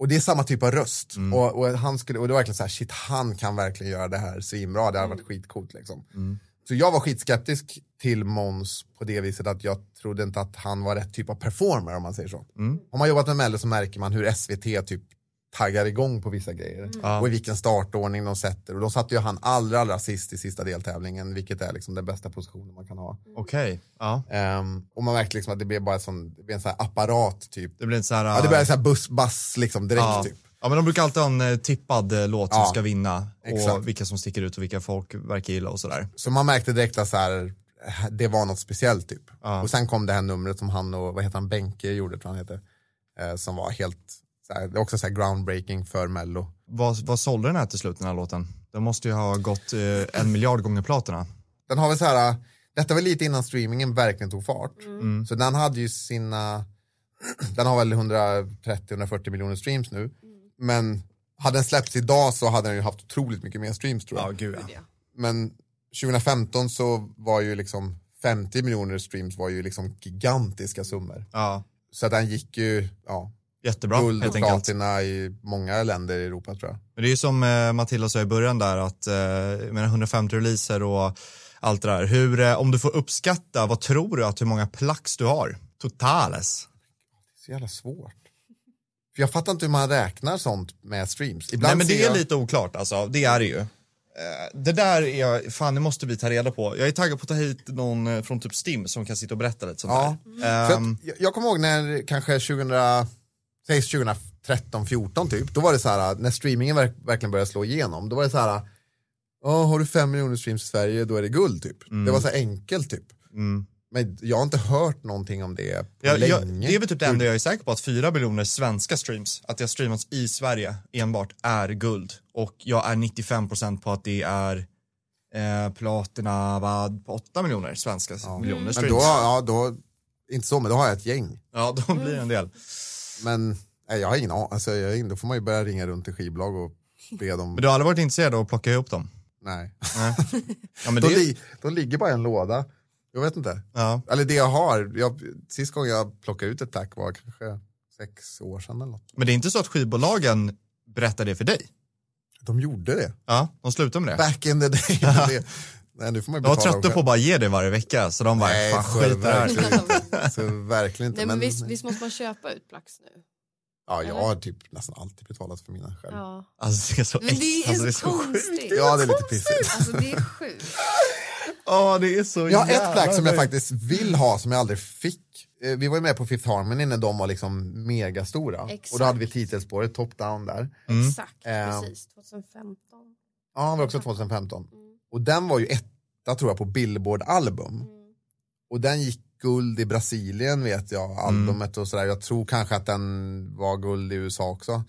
Och det är samma typ av röst. Mm. Och, och, han skulle, och det var verkligen så här, shit han kan verkligen göra det här svinbra, det Mm. hade varit skitcoolt liksom. Så jag var skitskeptisk till Måns på det viset att jag trodde inte att han var rätt typ av performer om man säger så. Mm. Om man jobbat med Mello så märker man hur SVT typ taggar igång på vissa grejer Ja. och i vilken startordning de sätter. Och då satte ju han allra, allra sist i sista deltävlingen, vilket är liksom den bästa positionen man kan ha. Okej, ja. Ehm, och man märkte liksom att det blev bara en sån, det blev en sån här apparat typ. Det blir inte så här... Ja, det blev en sån här buss, bass liksom direkt ja. typ. Ja, men de brukar alltid ha en eh, tippad eh, låt som Ja, ska vinna exakt. och vilka som sticker ut och vilka folk verkar gilla och sådär. Så man märkte direkt att så här, det var något speciellt typ. Ja. Och sen kom det här numret som han och, vad heter han, Benke gjorde tror jag han heter. Eh, som var helt, så här, det är också så här groundbreaking för Mello. Vad, vad sålde den här till slut, den här låten? Den måste ju ha gått eh, en miljard gånger platina. Den har väl så här, detta var lite innan streamingen verkligen tog fart. Så den hade ju sina, (clears throat) den har väl 130-140 miljoner streams nu. Men hade den släppts idag så hade den ju haft otroligt mycket mer streams tror jag. gud Men 2015 så var ju liksom 50 miljoner streams var ju liksom gigantiska summor. Ja, Så att den gick ju, ja, jättebra guld och helt enkelt. platina i många länder i Europa tror jag. Men det är ju som eh, Matilda sa i början där att eh, jag menar 150 releaser och allt det där. Hur, eh, om du får uppskatta, vad tror du att hur många plax du har? Totales. Så jävla svårt. För jag fattar inte hur man räknar sånt med streams. Ibland Nej men ser det är jag... lite oklart alltså, det är det ju. Eh, Det där är jag, fan det måste vi ta reda på. Jag är taggad på att ta hit någon eh, från typ STIM som kan sitta och berätta lite sånt Ja. där. För Ehm, att, jag, jag kommer ihåg när kanske 2000, säg 2013, 14 typ, då var det så här, när streamingen verk, verkligen började slå igenom, då var det så här, "Ja, har du fem miljoner streams i Sverige då är det guld typ. Det var så här enkelt typ. Mm. Men jag har inte hört någonting om det på jag, jag, länge. det är väl typ det enda jag är säker på, att fyra miljoner svenska streams, att det har streamats i Sverige enbart, är guld. Och jag är 95% på att det är eh, platina, vad, på åtta miljoner svenska Mm. miljoner men streams. då, ja, då, inte så, men då har jag ett gäng. Ja, då blir det en del. Men nej, jag har ingen aning, alltså, jag, har ingen- då får man ju börja ringa runt till skivbolag och be dem, Men du har aldrig varit intresserad av att plocka ihop dem? nej. Ja, men Då, det, li, då ligger bara en låda, jag vet inte. ja. Eller det jag har, jag, sist gången jag plockade ut ett tack var kanske sex år sedan eller något. men det är inte så att skivbolagen berättar det för dig? De gjorde det, Ja, de slutar med det. back in the day. (laughs) det, nej, nu får man ju De var betala trötta själv. på att bara ge det varje vecka, så de bara, Nej, fan så skit i det här. (laughs) verkligen inte. Så verkligen inte. Nej, men men, visst, visst måste man köpa ut Plax nu? Ja, jag har typ nästan alltid betalat för mina själv. Ja, Ja. Alltså det är så Men det är, äck- alltså, så konstigt. det är lite pissigt. Alltså det är sjukt. Ja, det är så Jag har ett jävla plagg som jag sjukt. faktiskt vill ha som jag aldrig fick. Eh, Vi var ju med på Fifth Harmony när de var liksom megastora. Exakt. Och då hade vi titelspåret Top Down där. Mm. Exakt, Ehm. precis. 2015. Ja, han var också 2015. Mm. Och den var ju etta tror jag på Billboard album. Mm. Och den gick guld i Brasilien vet jag, albumet och sådär. Jag tror kanske att den var guld i USA också.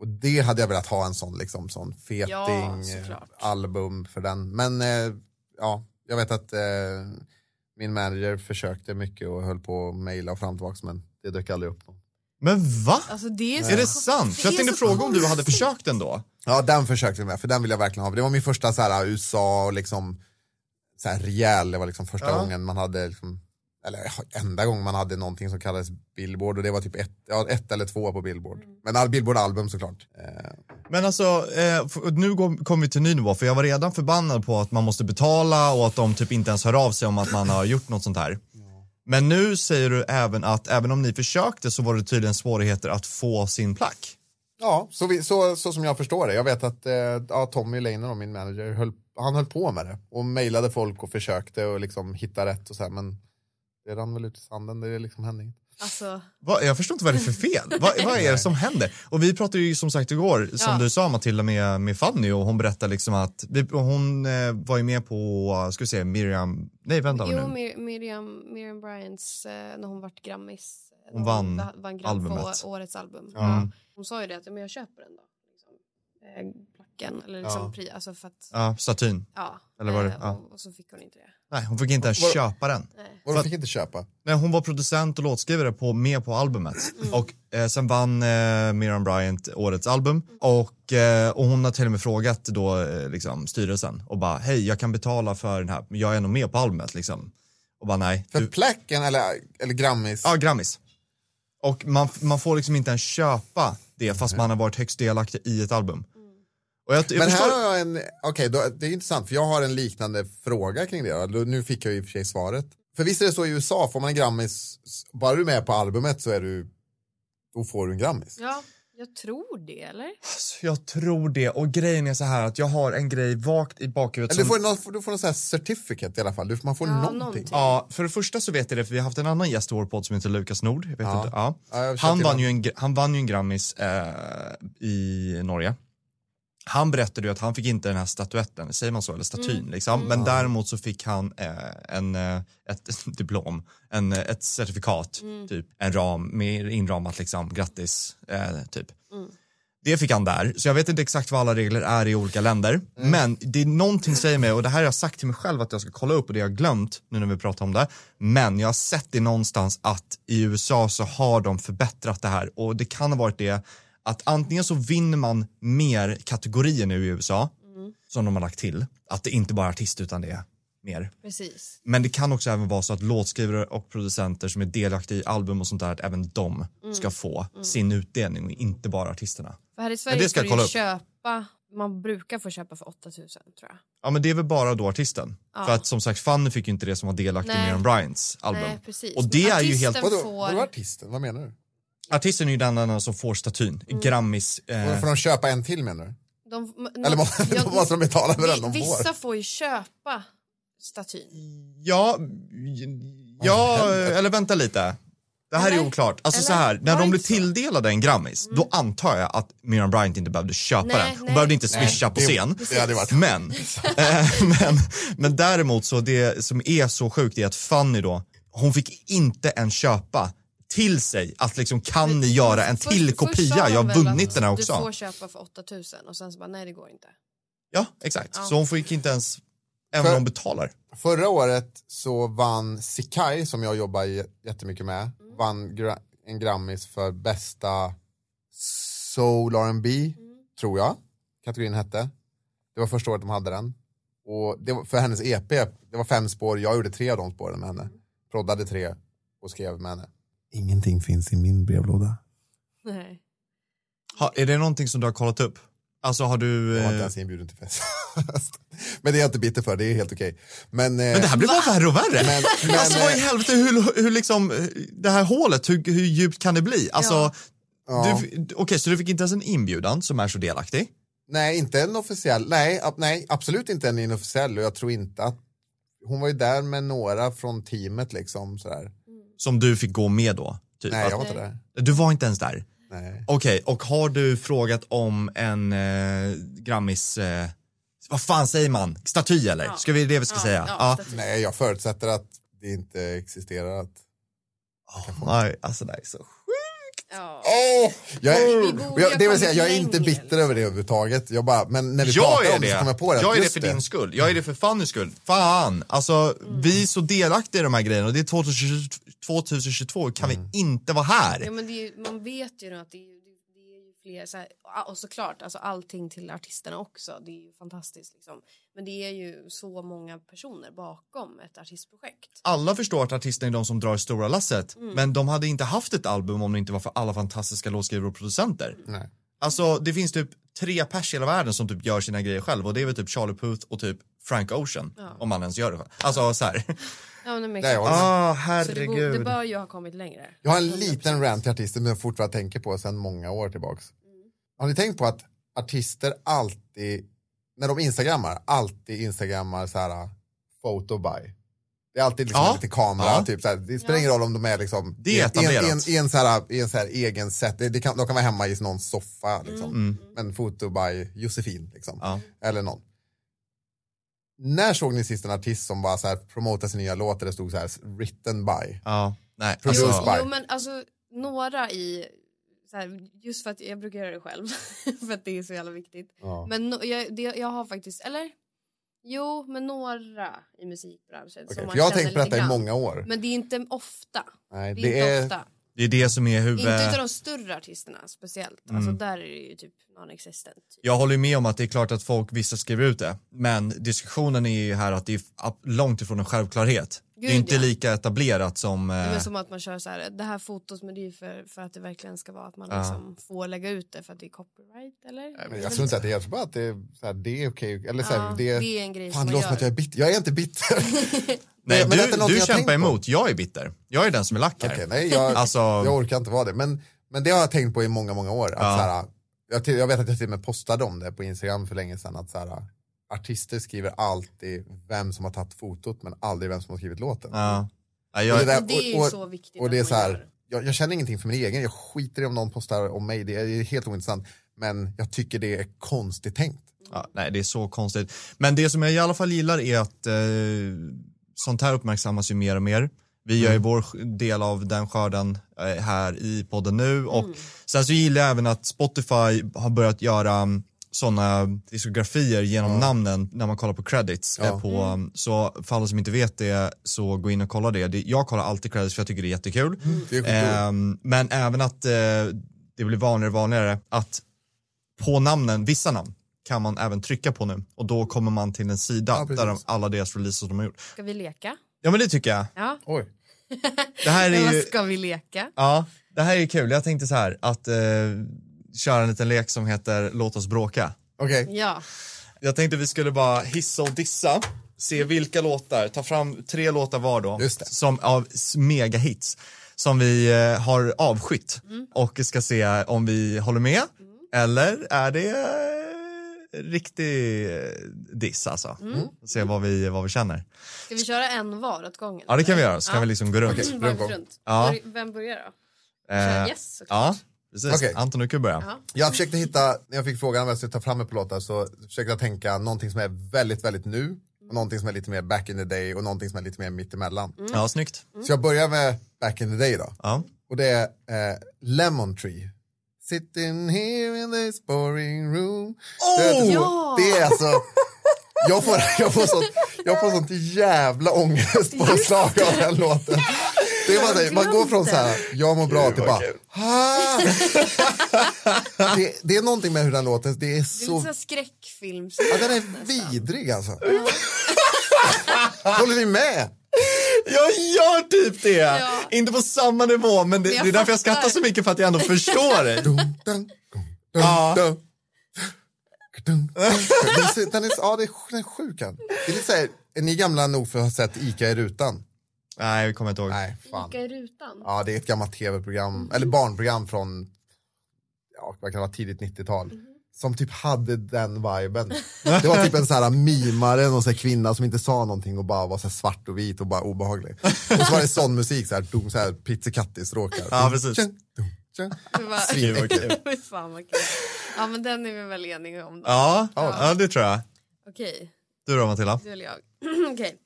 Och det hade jag velat ha en sån liksom, sån feting Ja, eh, såklart. album för den. Men eh, ja, jag vet att eh, min manager försökte mycket och höll på att mejla och fram och tillbaka men det dök aldrig upp. Men va? Alltså det är så Är det kon- sant? Det För jag är tänkte så fråga om du hade konstigt. försökt ändå. Ja, den försökte jag med, för den vill jag verkligen ha. Det var min första så här, USA och liksom så här rejäl, det var liksom första Ja. gången man hade liksom, eller ja, enda gången man hade någonting som kallades Billboard och det var typ ett, ja, ett eller två på Billboard. Mm. Men all Billboard album såklart. Eh, Men alltså, eh, f- nu går- kommer vi till ny nivå, för jag var redan förbannad på att man måste betala och att de typ inte ens hör av sig om att man har gjort något sånt här. Men nu säger du även att även om ni försökte så var det tydligen svårigheter att få sin plack. ja, så, vi, så, så som jag förstår det. Jag vet att eh, ja, Tommy Leiner, då, min manager, höll, han höll på med det och mejlade folk och försökte och liksom hitta rätt och så här, men det rann väl ut i sanden, det liksom hände inget. Alltså, Vad- jag förstår inte vad det är för fel. Vad, vad är det som händer? Och vi pratade ju som sagt igår, som Ja. du sa Matilda, med, med Fanny och hon berättade liksom att vi, hon eh, var ju med på, ska vi se, Miriam, nej vänta nu. jo, Mir- Miriam, Miriam Bryans, eh, när hon vart Grammis. eh, Hon när vann va- vann Grammy för albumet. å- årets album. Ja. Ja. Hon sa ju det att men jag köper den då. Liksom. Eh, placken, eller liksom Ja. pri, alltså för att, Ja, statyn. ja. Eller var det- Eh, ja. och, och så fick hon inte det. Nej, hon fick inte ens Vadå? köpa den. Nej. Och de fick inte köpa. Nej, hon var producent och låtskrivare på, med på albumet. Mm. Och eh, sen vann eh, Miriam Bryant årets album. Och, eh, och hon har till och med frågat då eh, liksom, styrelsen och bara hej, jag kan betala för den här, men jag är ändå med på albumet liksom. Och bara nej. För Du, placken eller, eller Grammis. ja, Grammis. Och man, man får liksom inte ens köpa det fast man har varit högst delaktig i ett album. Och jag, jag Men förstår, här har jag en, okej då- det är intressant för jag har en liknande fråga kring det. Då. Nu fick jag ju i och för sig svaret. För visst är det så i USA, får man en Grammis, bara du är med på albumet så är du, då får du en Grammis. Ja, jag tror det eller? Alltså, jag tror det. Och grejen är så här att jag har en grej vagt i bakhuvudet. Eller du som- får, någon, du får någon sån här certificate i alla fall, du, man får Ja, någonting. någonting. Ja, för det första så vet jag det, för vi har haft en annan gäst i vår podd som heter Lukas Nord. Jag vet Ja. Inte, ja. Ja, jag känner han, till vann honom. ju en, gr- han vann ju en Grammis eh, i Norge. Han berättade ju att han fick inte den här statuetten, säger man så, eller statyn Mm. liksom. Men däremot så fick han eh, en, eh, ett (laughs) diplom, en, eh, ett certifikat, Mm. typ en ram med inramat liksom, grattis, eh, typ. Det fick han där, så jag vet inte exakt vad alla regler är i olika länder. Men det är någonting säger mig, och det här har jag sagt till mig själv att jag ska kolla upp och det har jag glömt nu när vi pratar om det. Men jag har sett det någonstans att i USA så har de förbättrat det här och det kan ha varit det att antingen så vinner man mer kategorier nu i USA som de har lagt till, att det inte bara är artist utan det är mer. Precis. Men det kan också även vara så att låtskrivare och producenter som är delaktiga i album och sånt där, att även de ska få sin utdelning och inte bara artisterna. För här i det Sverige ska ska jag du kolla ju upp. köpa, man brukar få köpa för 8000 tror jag. Ja men det är väl bara då artisten. Ja. För att som sagt Fanny fick ju inte det som var delaktig i Nej. Miriam Bryants album. Nej, precis. Och det är ju Artisten helt- Vadå, får- vadå artisten, vad menar du? Artisten är ju den annan som får statyn, Mm. Grammis. Vadå, Eh, Får de köpa en till menar du? De, m- Eller nå- måste, (laughs) (laughs) jag- då måste de betala för vi- den de får? Vissa får ju köpa statyn. ja, ja, eh, helvete. eller vänta lite. Det här är Eller? oklart. Alltså Eller? så här, när Var de det blev inte så? tilldelade en Grammis, då antar jag att Miriam Bryant inte behövde köpa Nej, den. Hon nej. behövde inte Nej. swisha på Det- scen. det hade varit- (laughs) Men, eh, (laughs) men, men däremot så det som är så sjukt är att Fanny då, hon fick inte en köpa till sig att liksom kan ni göra en Först- till först sa kopia? de Jag har väl vunnit att den här Du också. får köpa för 8000 och sen så bara nej det går inte. Ja, exakt. Ja. Så hon fick inte ens, även För- om hon betalar. Förra året så vann Sikai, som jag jobbar j- jättemycket med, vann gra- en Grammis för bästa soul R&B tror jag kategorin hette. Det var första året de hade den. Och det var för hennes EP, det var fem spår, jag gjorde tre av de spåren med henne. Proddade tre och skrev med henne. Ingenting finns i min brevlåda. Nej. Ha, är det någonting som du har kollat upp? Alltså har du... Jag var inte Eh... ens inbjuden till fest. (laughs) Men det är jag inte bitter för, det är helt okej. Men, eh, Men det här blir bara värre och värre. (laughs) men, men, alltså vad i eh, helvete, hur, hur liksom, eh, det här hålet, hur, hur djupt kan det bli? Alltså Ja. Ja. Du, Okej, så du fick inte ens en inbjudan som är så delaktig? Nej, inte en officiell. Nej, ab- nej, absolut inte en inofficiell. Och jag tror inte att... Hon var ju där med några från teamet liksom. Sådär. Som du fick gå med då? Typ. Nej, Att- jag var inte där. Du var inte ens där? Nej. Okej, och har du frågat om en eh, Grammis... Eh, vad fan säger man? Staty eller? Ja. Ska vi det vi ska säga? Ja, staty. nej, jag förutsätter att det inte existerar. Att... Nej, alltså det är så sjukt. Ja. Åh! Jag, är, Vi borde jag, det ha vill säga, jag är kommit inte längre, bitter över det överhuvudtaget. Jag bara, men när vi Jag pratar är om det så det. kom jag på det. jag är det Just för din skull. Jag är det för Fannys skull. Fan, alltså Mm. vi är så delaktiga i de här grejerna och det är 2022, 2022 kan Mm. vi inte vara här. Ja, men det är, ju- man vet ju nu att det är, ju- det är ju fler, så här, och såklart alltså allting till artisterna också, det är ju fantastiskt liksom. Men det är ju så många personer bakom ett artistprojekt. Alla förstår att artisterna är de som drar stora lasset, Mm. men de hade inte haft ett album om det inte var för alla fantastiska låtskrivare och producenter. Nej. Alltså det finns typ tre pers i hela världen som typ gör sina grejer själv och det är väl typ Charlie Puth och typ Frank Ocean om man ens gör det själv. Alltså så här. Ja, men Nej, jag exakt. håller med. Ah, Så (laughs) det, borde, det herregud. bör ju ha kommit längre. Jag har en liten rant till artister men jag fortfarande tänker på sedan många år tillbaks. Har ni tänkt på att artister alltid, när de instagrammar, alltid instagrammar så här photo by. Det är alltid liksom Ja. en liten kamera, Ja. typ så här, det spelar ingen roll om de är liksom Det är i, en, i, en, etablerat. i, en så här, i en så här egen set, det, det kan, de kan vara hemma i någon soffa liksom. Mm. Men photo by Josefin liksom. Ja. Eller någon. När såg ni sist en artist som bara så här promotade sin nya låt där det stod så här written by? Ja, nej. Produced Alltså, by. Jo, men alltså några i, så här, just för att jag brukar göra det själv, (laughs) för att det är så jävla viktigt. Ja. Men no, jag, det, jag har faktiskt, eller? Jo, men några i musikbranschen. Okej, som man för jag har känner tänkt på detta lite i grann. många år. Men det är inte ofta. Nej, Det är det inte är, ofta. det är det som är huvud... Inte utav de större artisterna speciellt. Mm. Alltså där är det ju typ non-existent. Typ. Jag håller ju med om att det är klart att folk, vissa skriver ut det, men diskussionen är ju här att det är ab- långt ifrån en självklarhet. Gud, det är inte ja. lika etablerat som... eh, Det är väl som att man kör så här, det här fotot men det är ju för, för att det verkligen ska vara att man Ja. liksom får lägga ut det för att det är copyright eller? Nej, men jag tror inte att det är, jag tror bara att det är, så här, det är okej. Eller så här, ja, det, det är en grej fan, som det man gör. låter som att jag är bitter. Jag är (laughs) inte bitter. nej, men detta är du, någonting du jag tänkt på. kämpar emot, jag är bitter. Jag är den som är lack här. Okej, nej, jag, Alltså- jag orkar inte vara det. Men, men det har jag tänkt på i många, många år. Att, Ja. så här, jag, till- jag vet att jag till och med postade om det på Instagram för länge sedan. Att, så här, artister skriver alltid vem som har tagit fotot men aldrig vem som har skrivit låten. Ja. Nej, Och jag, där- Och det är ju och- och- så viktigt Och det är att så man här, gör. jag, jag känner ingenting för min egen, jag skiter i om någon postar om mig, det är helt ointressant. Men jag tycker det är konstigt tänkt. ja, nej, det är så konstigt. Men det som jag i alla fall gillar är att eh, sånt här uppmärksammas ju mer och mer. Vi gör ju vår sk- del av den skörden eh, här i podden nu och sen så gillar jag även att Spotify har börjat göra mm, såna diskografier genom namnen när man kollar på credits. eh, Ja. På, Så för alla som inte vet det så gå in och kolla det. det jag kollar alltid credits för jag tycker det är jättekul. Det är skitroligt. Ehm, men även att eh, det blir vanligare och vanligare att på namnen, vissa namn kan man även trycka på nu och då kommer man till en sida Ja, precis. där de, alla deras releaser de har gjort. Ska vi leka? Ja men det tycker jag. Ja. Oj. Det här är Eller ju, ska vi leka? ja, det här är kul. Jag tänkte så här att eh, köra en liten lek som heter låt oss bråka. Okej, Ja. Jag tänkte vi skulle bara hissa och dissa. Se vilka låtar, ta fram tre låtar var då. Just det. Som av s- megahits. Som vi eh, har avskytt. Och ska se om vi håller med. Eller är det eh, riktig eh, diss alltså. Se vad vi, vad vi känner. Ska vi köra en var åt gången? Ja det kan vi eller? göra, så kan vi liksom gå runt. Okej. Varvet Runt om. runt. Ja. Bör- Vem börjar då? Eh, Kör yes Ja, såklart. precis. Okej. Anton du kan ju börja. Ja. jag försökte hitta, när jag fick frågan vad jag skulle ta fram mig på låtar så försökte jag tänka någonting som är väldigt, väldigt nu, och någonting som är lite mer back in the day och någonting som är lite mer mittemellan. Ja, snyggt. Så jag börjar med back in the day då. Ja. Och det är eh, Lemon Tree. Sitting here in this boring room. Det, Ja! det är alltså... Jag får, jag, får sånt, jag får sånt jävla ångestpåslag av den låten. Det är bara det, man går från så här, jag mår bra till bara... "Ah!" det, det är någonting med hur den låten, det är Det är lite så... sån här skräckfilm. Ja, den är vidrig alltså. Håller ni med? Jag gör typ det! Ja. Inte på samma nivå, men det, Men jag det är därför jag fattar. skrattar så mycket för att jag ändå förstår (laughs) det. Dum, dum, dum, Ja. dum. Dum, dum. Den är så- Den är, så- ja, det är, den är sjuk. han. Det är lite så här, är ni gamla nog för att ha sett Ica i rutan? Nej, vi kommer inte ihåg. Nej, fan. Ica i rutan. Ja, det är ett gammalt tv-program, eller barnprogram från ja, vad kan det vara tidigt 90-tal, Mhm. som typ hade den viben. Det var typ en sån här mimare, någon sån här kvinna som inte sa någonting och bara var så här svart och vit och bara obehaglig. Och så var det sån musik, så här, dum, så här pizzikattis-råkar. Ja, precis. Tjung, dum, tjung. Det var- Gud, vad kul. (laughs) Fy fan vad kul. Ja men den är vi väl eniga om då. Ja, ja, det tror jag. Okej, Du då Matilda? du eller jag. (clears throat) Okej.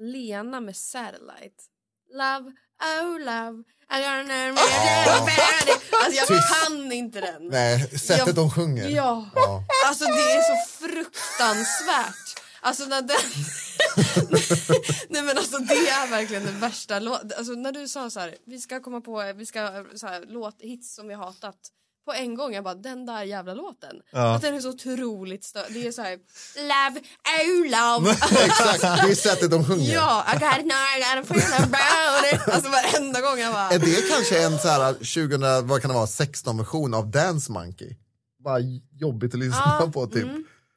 Lena med Satellite. Love, oh love. I don't know me, I don't know me. Alltså jag kan inte den. Nej, sättet Jag- de sjunger. Ja. Ja. Alltså det är så fruktansvärt. Alltså när den... (laughs) Nej men alltså det är verkligen den värsta låten. Alltså när du sa så här, vi ska komma på, vi ska så här, låt, hits som vi hatat. På en gång, jag bara den där jävla låten. Ja. Att den är så otroligt stö- Det är så här, love, oh love. Exakt, det är sättet de sjunger. ja, I got an I got a feeling about it. Alltså varenda gång jag bara. Är det kanske en så här 2000, vad kan det vara, 16-version av Dance Monkey? Bara jobbigt att lyssna Ja, Mm. på typ.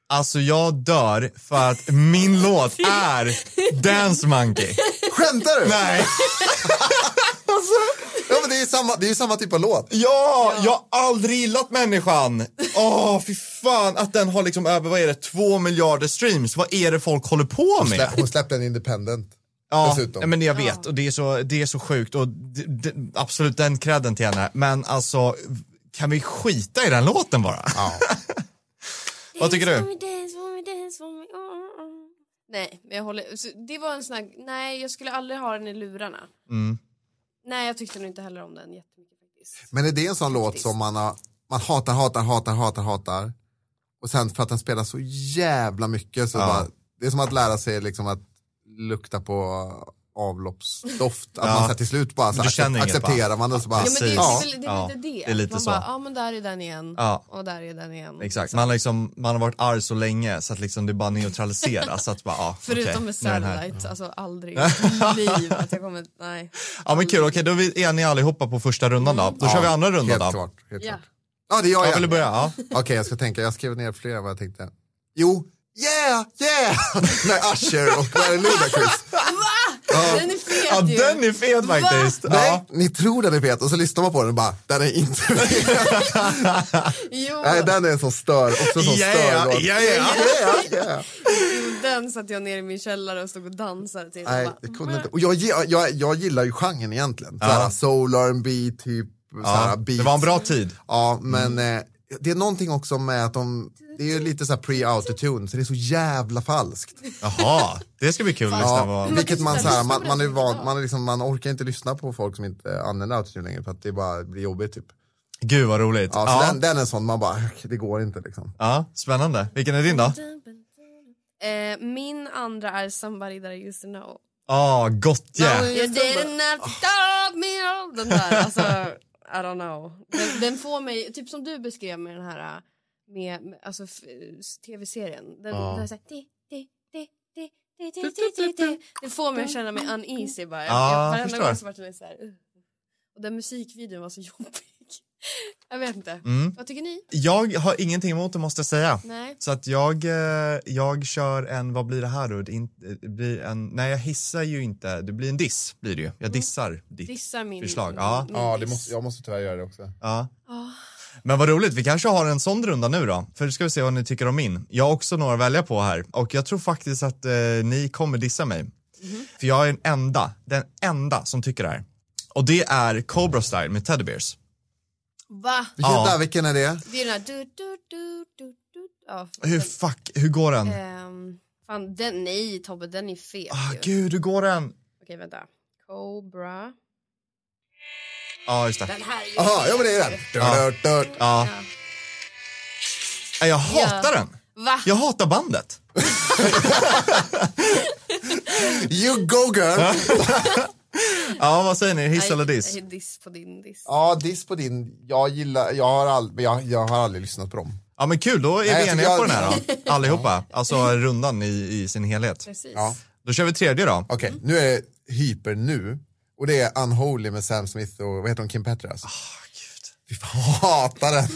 Alltså jag dör för att (laughs) min låt är Dance Monkey. Skämtar du? Nej, Ja, men det är ju samma, det är ju samma typ av låt. ja, jag har aldrig gillat människan. Åh, fy fan att den har liksom över, vad är det, två miljarder streams. Vad är det folk håller på med? Slä, hon släppte en independent. Ja, dessutom. men jag vet och det är så, det är så sjukt och d- d- absolut den credden till henne. Men alltså, kan vi skita i den låten bara? Ja. Vad tycker Dance du? for me, dance for me, dance for me, oh, oh, oh. Nej, men jag håller... så Det var en sån här... Nej, jag skulle aldrig ha den i lurarna. Mm. Nej, jag tyckte nog inte heller om den jättemycket faktiskt. Men är det en sån låt Faktiskt. som man, har, man hatar, hatar, hatar, hatar, hatar. Och sen för att den spelar så jävla mycket så Ja. bara, det är som att lära sig liksom att lukta på avloppsdoft. Ja. Att man så här, till slut bara så Du här, känner ac- inget, accepterar man det och så bara, Ja, men det, Ja. det är väl det är Ja, lite det. det är lite man så. bara, ja men där är den igen. Ja. Och där är den Mm, igen. Exakt, man, har liksom, man har varit arg så länge så att liksom det bara neutraliseras. så att bara, (laughs) ah, Förutom okej, med nu är den här. Satellite, alltså aldrig i mitt liv att jag kommer... Nej. Ja men kul, okej då är vi eniga allihopa på första rundan då. Då Mm. Ja, kör vi andra rundan helt då. klart. Helt Ja. klart. Ja, det är jag Jag igen. vill börja, ja. Okej, jag ska tänka. Jag skrev ner fler än vad jag tänkte. Jo, yeah, yeah! (laughs) Med Usher och Mary Ludacris. Den är fet ja ju. den är fet faktiskt. Nej, Ja. ni tror den är fet och så lyssnar man på den och bara, den är (laughs) inte fet. Jo, Nej, den är så stör, också så Yeah, stör. låt. yeah, yeah. yeah, yeah. jo, den satt jag ner i min källare och stod och dansade till. Nej, Och jag bara, kunde inte. Och jag, gi- jag, jag gillar ju genren egentligen. Såhär, Soul, R&B typ. Ja, såhär, det beats. var en bra Mm. tid. Ja, men eh, det är någonting också med att de, det är ju lite så här pre-autotune, så det är så jävla falskt. Jaha, det ska bli kul att lyssna Ja, Mm. på. vilket man, så här, man, man, är Lyssna på van, man, är liksom, man orkar inte lyssna på folk som inte använder autotune längre för att det bara blir jobbigt typ. Gud vad roligt. Ja, så Ja, Den, den är sån, man bara, det går inte liksom. ja, spännande. Vilken är din då? Eh, min andra är Somebody That I Used To Know. Ja, gott ja. You didn't have to stop me all Den där, alltså, I don't know. Den, den får mig, typ som du beskrev med den här äh, med, med- alltså f- s- tv-serien. Den, Ja. den är såhär, di, di, di, di, di, di, di, di, di. Det får mig att känna mig uneasy bara. Jag, Ja, jag jag, varenda förstår. gång så vart den såhär. Uh. Och den musikvideon var så (laughs) jobbig. Jag vet inte. Mm. Vad tycker ni? Jag har ingenting emot det måste jag säga. Nej. Så att jag, eh, jag kör en, vad blir det här då? Det in- det blir en, nej jag hissar ju inte, det blir en diss blir det ju. Mm. Jag dissar ditt Dissa min... förslag. Ja, min diss. Ah, jag måste tyvärr göra det också. ja. Ja. Men vad roligt, vi kanske har en sån runda nu då. För nu ska vi se vad ni tycker om min. Jag har också några att välja på här. Och jag tror faktiskt att eh, ni kommer dissa mig. Mm-hmm. För jag är den enda, den enda som tycker det här. Och det är Cobra Style med Teddy Bears. Va? Vilken, Ja. där, vilken är det? Det är den här... Du, du, du, du, du. Ja, Hur den- fuck, hur går den? Ehm, fan, den, nej Tobbe, den är fet Ah, ju. gud, hur går den? Okej, vänta. Cobra. Ja, just det. Den här är ju Jaha, fet ja men det är den. ju. Ja. Dört, dört, dört. Ja. Nej, Jag hatar Ja. den. Va? Jag hatar bandet. You go girl! Ja, vad säger ni? Hiss eller diss? Nej, diss på din diss. Ja, diss på din. Jag gillar, jag har, all, men jag, jag har aldrig lyssnat på dem. Ja, men kul. Då är Nej, jag vi tycker eniga jag- på den här då. (laughs) Allihopa. Alltså rundan i, i sin helhet. Precis. Ja. Då kör vi tredje då. Okej, nu är det hyper nu. Och det är Unholy med Sam Smith och vad heter hon, Kim Petras? Fy fan, jag hatar den.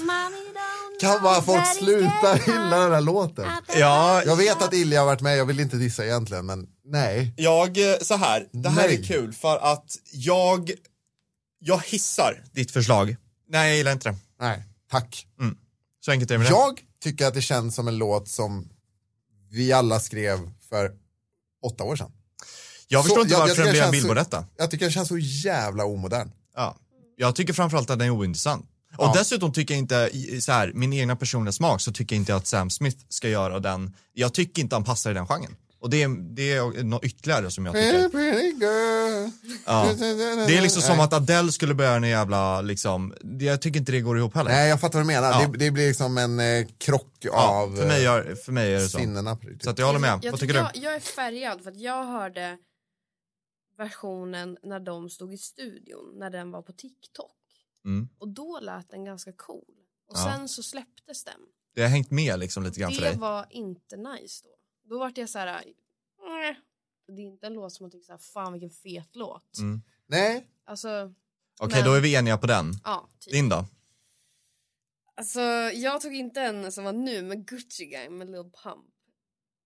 Kan bara folk sluta hylla den här låten? Ja, (laughs) Jag vet att Ilja har varit med, jag vill inte dissa egentligen, men nej. jag, eh, så här, det här Nej. är kul för att jag, jag hissar ditt förslag. Nej, jag gillar inte det. nej. Tack. Så enkelt är det med det. Jag tycker att det känns som en låt som vi alla skrev för åtta år sedan. Jag förstår Så- inte jag- jag varför den tycker blev en det känns- Billboard-etta. Jag tycker den känns så jävla omodern. Ja. Jag tycker framförallt att den är ointressant. Och Ja. dessutom tycker jag inte, i- så här, min egna personliga smak, så tycker jag inte att Sam Smith ska göra den. Jag tycker inte han passar i den genren. Och det är, det är något ytterligare som jag tycker. Pretty girl. Ja. Det är liksom som att Adele skulle börja en jävla, liksom, det- jag tycker inte det går ihop heller. Nej, jag fattar vad du menar. Ja. Det, det blir liksom en eh, krock ja, av för, mig gör, för mig är det eh, så. sinnena. Typ. Så att (laughs) jag håller med. Vad tycker du? jag, jag är färgad för att jag hörde versionen när de stod i studion, när den var på TikTok. Mm. Och då lät den ganska cool. Och Ja. sen så släpptes den. Det har hängt med liksom lite grann för det dig. var inte nice då. Då vart jag så här, "Nej." det är inte en låt som man tycker så här, fan vilken fet låt. Mm. Nej, Alltså, Okej, men- då är vi eniga på den. ja. Typ. Din då? Alltså, jag tog inte en som var nu, men Gucci Gang med Lil Pump.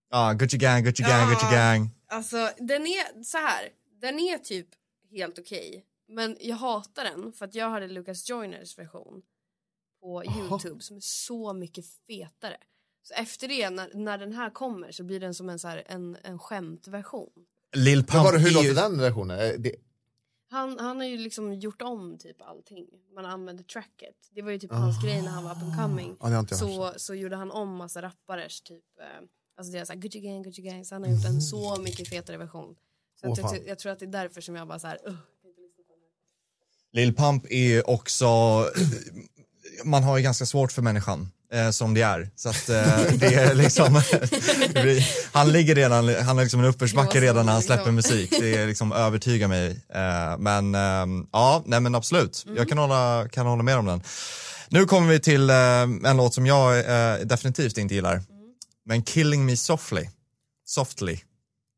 Ja, Gucci Gang, Gucci Gang, Gucci Ja. Gang. Alltså, den är så här. Den är typ helt okej. Men jag hatar den för att jag hade Lucas Joyners version på Youtube som är så mycket fetare. Så efter det, när, när den här kommer så blir den som en, så här, en, en skämtversion. Lil men Pump vadå, hur är ju- låter den versionen? Eh, Det, Han, han har ju liksom gjort om typ allting. Man använder tracket. Det var ju typ hans grej när han var up and coming. Ah. ja, det har inte jag hört. så, så gjorde han om massa rappares typ. Eh, alltså deras såhär Gucci gang, Gucci gang. Så han har gjort en så mycket fetare version. Så Mm. Åh, att jag, fan. ty- jag tror att det är därför som jag bara såhär, uh, Lil Pump är ju också, man har ju ganska svårt för människan eh, som det är. Så att eh, det är liksom, (laughs) det blir- han ligger redan, han har liksom en uppförsbacke Det var så redan när han liksom. släpper musik. Det är liksom övertygar mig. Eh, men eh, ja, nej men absolut, jag kan hålla, kan hålla med om den. Nu kommer vi till eh, en låt som jag eh, definitivt inte gillar. Men Killing Me Softly, Softly.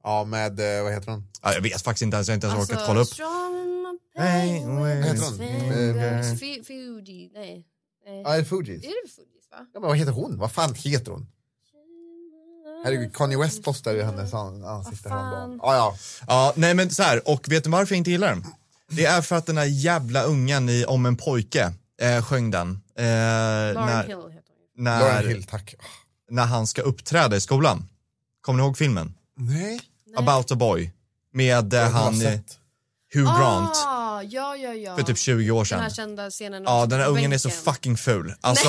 Ja, med, eh, vad heter den? Ja, jag vet faktiskt inte ens, jag har inte ens Alltså, orkat kolla upp. strong in my Hey, pain with heter his hon? fingers. Fu- Fuji, nej. nej. Ja, det är Fugees. Är det Fuji va? Ja, men vad heter hon? Vad fan heter hon? Herregud, Kanye West postade ju hennes an- ansikte Vad fan. häromdagen. Ja, ja. Ja, nej men så här, och vet du varför jag inte gillar den? Det är för att den här jävla ungen i Om en pojke eh, sjöng den. Eh, Lauren när, Hill heter hon ju. Lauren när, Hill, tack. Ah. när han ska uppträda i skolan. Kommer ni ihåg filmen? Nej. About a boy. Med eh, Jag har han, eh, sett. Hugh Grant, Ah, ja, ja, ja. för typ 20 år Den här sedan. kända scenen. Ja, också den här på ungen är så bänken. fucking ful. Alltså,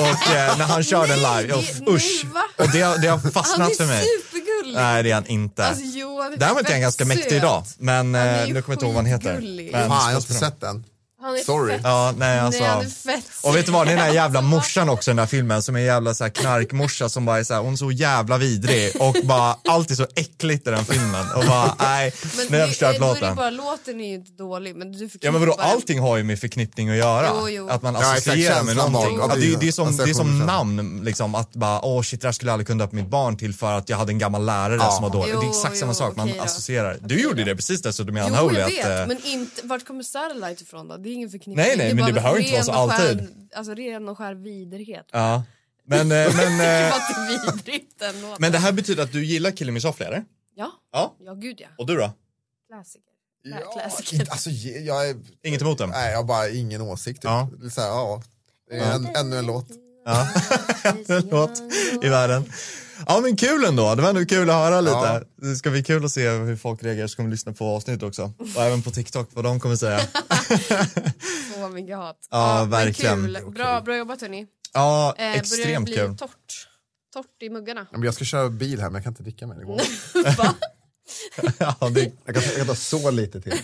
och eh, när han kör den Nej, live, uff, det- nej, usch. va? Och det, har- det har Han fastnat för är mig. supergullig. Nej, det är han inte. Alltså, Johan är Däremot är han fett ganska mäktig söt. idag, men eh, är nu kommer ju jag inte ihåg vad han heter. skitgullig. Men- Fan, jag har inte sett den. Han är Sorry. Fett. Ja, nej alltså. Nej, han är fett Och vet du vad, det är (laughs) den här jävla söt. Alltså, morsan också i den här filmen som är en jävla så här knarkmorsa som bara är så här, hon är så jävla vidrig och bara allt är så äckligt i den filmen och bara nej, Men nu har jag det, förstört då är det låten. bara låten är ju inte dålig men du Ja men vadå, förknippar den. allting har ju med förknippning att göra. Jo, jo. Att man Ja, exakt, associerar med känslan alltså, någonting. bak- Ja, det, är- det är som, det är som associationen. namn liksom att bara åh shit det här skulle jag aldrig kunna döpa mitt barn till för att jag hade en gammal lärare Ja. som var dålig. det är Jo, exakt samma jo, sak, man okej då. associerar. Du gjorde det precis dessutom med Jo, Unholy. jag att, vet, eh, men inte, vart kommer Satellite ifrån då? Det är ingen förknippning. Nej, nej, är men bara det behöver inte vara ren så och skär- alltid. Alltså ren och skär (laughs) vidrighet. Ja. Men, (laughs) eh, men, eh, Jag tycker bara att det är vidrigt den låten. men det här betyder att du gillar Killing Me Softly eller? Ja, Ja. ja gud ja. Och du då? Klassiker. Ja, Klassiker. inte- alltså, ge- jag är... Inget emot den? Nej, jag har bara ingen åsikt. Typ. Ja. Det är Så här, ja. Det är en, ännu en låt. Ja. en låt i världen. Ja men kul ändå, det var ändå kul att höra lite. Det ska bli kul att se hur folk reagerar som kommer lyssna på avsnitt också. Och även på TikTok, vad de kommer (laughs) säga. Så mycket hat. Ja, men verkligen. Kul. Bra, bra jobbat hörni. Ja, Eh, börjar det extremt bli kul. torrt? Torrt i muggarna. Ja, men Jag ska köra bil här men jag kan inte dricka mer. Det går inte. Va? (laughs) Ja, det, Jag kan, jag kan ta så lite till.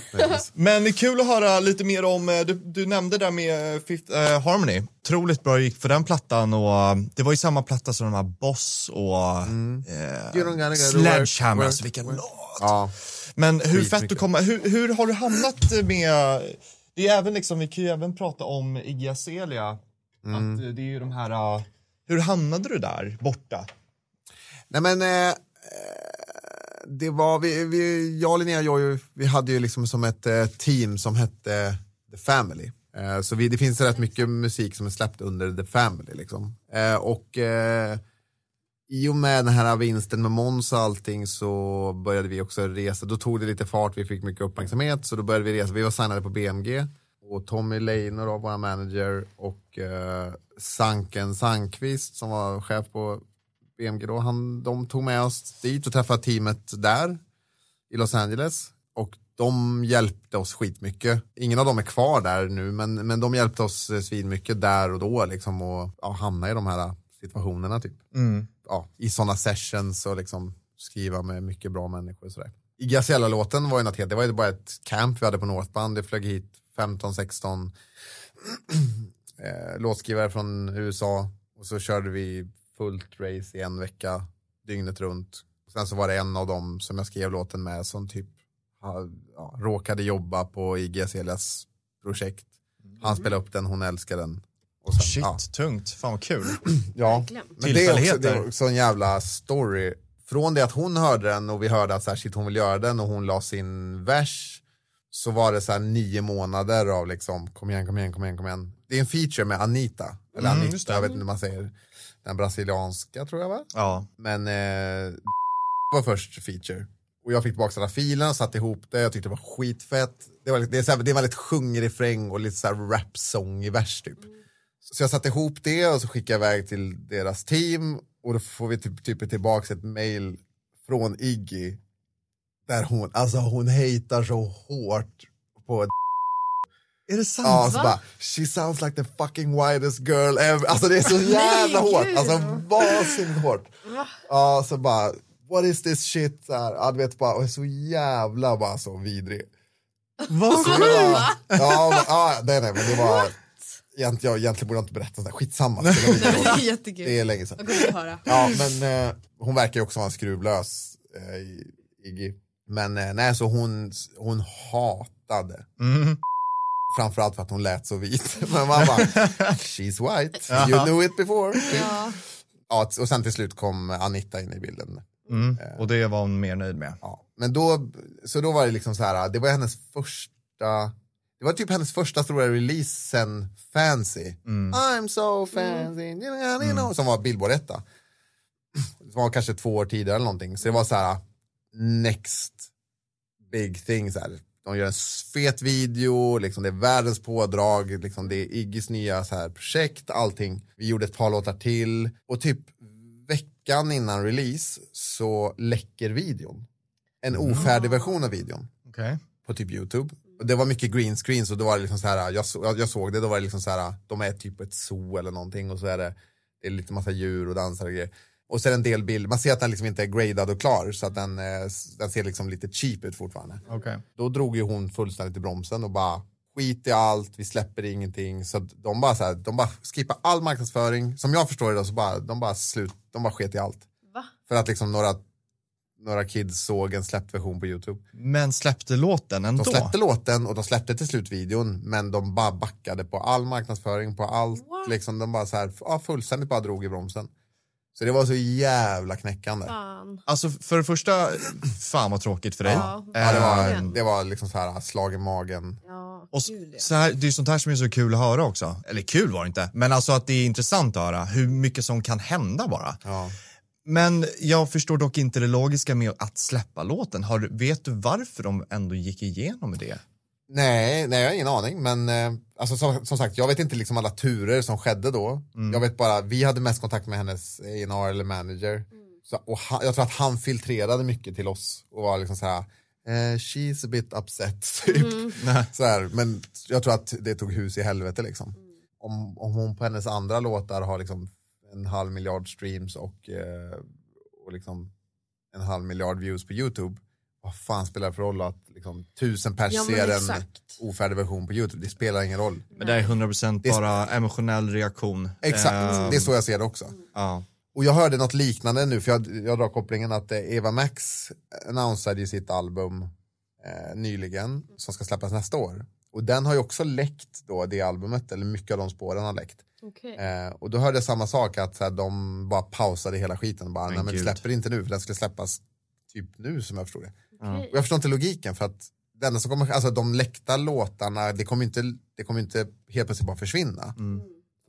men det är kul att höra lite mer om, eh, du, du nämnde där med eh, Fifth eh, Harmony. Otroligt bra gick för den plattan och eh, det var ju samma platta som de här Boss och You don't gotta eh, go to Sledgehammer, work, alltså vilken work. låt. (laughs) Ja. Men hur fett Skitmycket. du kommer, hur, hur har du hamnat med, det är även liksom, vi kan ju även prata om Iggy Azalea, att eh, det är ju de här, eh, hur hamnade du där borta? Nej men, eh, eh, det var, vi, vi, jag, Linnea och Jojo, vi hade ju liksom som ett eh, team som hette The Family. Eh, så vi, det finns rätt mycket musik som är släppt under The Family liksom. Eh, och eh, i och med den här vinsten med Måns och allting så började vi också resa. Då tog det lite fart, vi fick mycket uppmärksamhet så då började vi resa. Vi var signade på BMG och Tommy Leiner, då, vår manager, och eh, Sanken Sankvist som var chef på BMG då, han, de tog med oss dit och träffade teamet där i Los Angeles och de hjälpte oss skitmycket. Ingen av dem är kvar där nu, men, men de hjälpte oss eh, svinmycket där och då liksom och ja, hamna i de här eh, situationerna typ Mm. ja, i sådana sessions och liksom skriva med mycket bra människor och sådär. I Gazella-låten var ju något helt, det var ju bara ett camp vi hade på Northband, det flög hit 15-16 (clears throat) eh, låtskrivare från USA och så körde vi fullt race i en vecka, dygnet runt. Sen så var det en av dem som jag skrev låten med som typ ha- ja, råkade jobba på i Gazellas projekt. Han spelade upp den, hon älskade den. Och sen, Shit, ja. tungt. Fan vad kul. Ja, Verkligen. men det är, också, det Tillfälligheter. är också en jävla story. Från det att hon hörde den och vi hörde att så här, shit, hon vill göra den och hon la sin vers så var det så här nio månader av liksom kom igen, kom igen, kom igen, kom igen. Det är en feature med Anita, eller Mm, just Anita, det. jag vet inte hur man säger. Den brasilianska tror jag va? Ja. Men eh, var först feature. Och jag fick tillbaka den här filen, satte ihop det, jag tyckte det var skitfett. Det var, lite- det är så här, det var lite sjungrefräng och lite så här rapsång i vers typ. Så jag satte ihop det och så skickade jag iväg till deras team och då får vi typ, typ tillbaka ett mail från Iggy där hon, alltså hon hatar så hårt på Är det sant? Ja, och så Va? bara, she sounds like the fucking widest girl ever. Alltså det är så jävla Nej, hårt. gud. Alltså vansinnigt hårt. Ja, så bara, what is this shit? Så här, ja, du vet bara, och är så jävla bara så vidrig. Vad Så det sjukt! var- Ja, ja, nej, nej, men det var, egent, jag, egentligen borde jag inte berätta sådär, skitsamma. Det var Nej, men (laughs) det (laughs) lite är roligt. Det jättekul. är länge sedan. Vad gott att höra. Ja, men eh, hon verkar ju också vara en skruvlös eh, i- Iggy. Men eh, nej, så hon, hon hatade Mm. Framförallt för att hon lät så vit. (laughs) Men man bara, she's white, you knew it before. Ja. Ja, och sen till slut kom Anita in i bilden. Mm. Och det var hon mer nöjd med. Ja. Men då, så då var det liksom så här, det var hennes första, det var typ hennes första stora release sen Fancy. Mm. I'm so fancy, you know, som var Billboard etta. (sniffs) Som var kanske två år tidigare eller någonting. Så det var så här, next big thing. Så här. De gör en fet video, liksom, det är världens pådrag, liksom, det är Iggys nya så här, projekt, allting. Vi gjorde ett par låtar till och typ veckan innan release så läcker videon. En ofärdig version av videon Okej. på typ YouTube. Och det var mycket green screens och då var det liksom så här, jag, så, jag, jag såg det, då var det liksom så här, de är typ ett zoo eller någonting och så är det, det är lite massa djur och dansar och grejer. Och så är det en del bild, man ser att den liksom inte är gradad och klar så att den, eh, s- den ser liksom lite cheap ut fortfarande. Okej. Då drog ju hon fullständigt i bromsen och bara skit i allt, vi släpper ingenting. Så att de bara så här, de bara skippar all marknadsföring. Som jag förstår det då, så bara, de bara slut, de bara sket i allt. Va? För att liksom några, några kids såg en släppt version på YouTube. Men släppte låten ändå? De släppte låten och de släppte till slut videon men de bara backade på all marknadsföring, på allt. What? Liksom, de bara så här, ja, fullständigt bara drog i bromsen. Så det var så jävla knäckande. Ja. Fan. Alltså för det första, fan vad tråkigt för dig. Ja. det, Ehm, var, det var liksom så här slag i magen. Ja, Och s- gud, ja. så här, det är sånt här som är så kul att höra också. Eller kul var det inte, men alltså att det är intressant att höra hur mycket som kan hända bara. Ja. Men jag förstår dock inte det logiska med att släppa låten. Har, du- vet du varför de ändå gick igenom det? Nej, nej, jag har ingen aning. Men eh, alltså, som, som sagt, jag vet inte liksom alla turer som skedde då. Jag vet bara, vi hade mest kontakt med hennes A&R eller manager. Så, och han, jag tror att han filtrerade mycket till oss och var liksom så här, eh, she's a bit upset (laughs) typ. Mm. Så här, men jag tror att det tog hus i helvete liksom. Mm. Om, om hon på hennes andra låtar har liksom en halv miljard streams och, eh, och liksom en halv miljard views på YouTube. Vad fan spelar det för roll att liksom, tusen pers Ja, men ser en exakt. ofärdig version på YouTube? Det spelar ingen roll. Men det är 100% Det är- bara emotionell reaktion. Exakt, Ehm, det är så jag ser det också. Ja. Och jag hörde något liknande nu, för jag, jag drar kopplingen att eh, Eva Max annonsade ju sitt album eh, nyligen, som ska släppas nästa år. Och den har ju också läckt då, det albumet, eller mycket av de spåren har läckt. Okej. Eh, och då hörde jag samma sak, att så här, de bara pausade hela skiten. Och bara, Men Nej, men vi gud. släpper inte nu, för den skulle släppas typ nu som jag förstod det. Okej. Och jag förstår inte logiken, för att det enda som kommer, alltså de läckta låtarna, det kommer ju inte, det kommer ju inte helt plötsligt bara försvinna.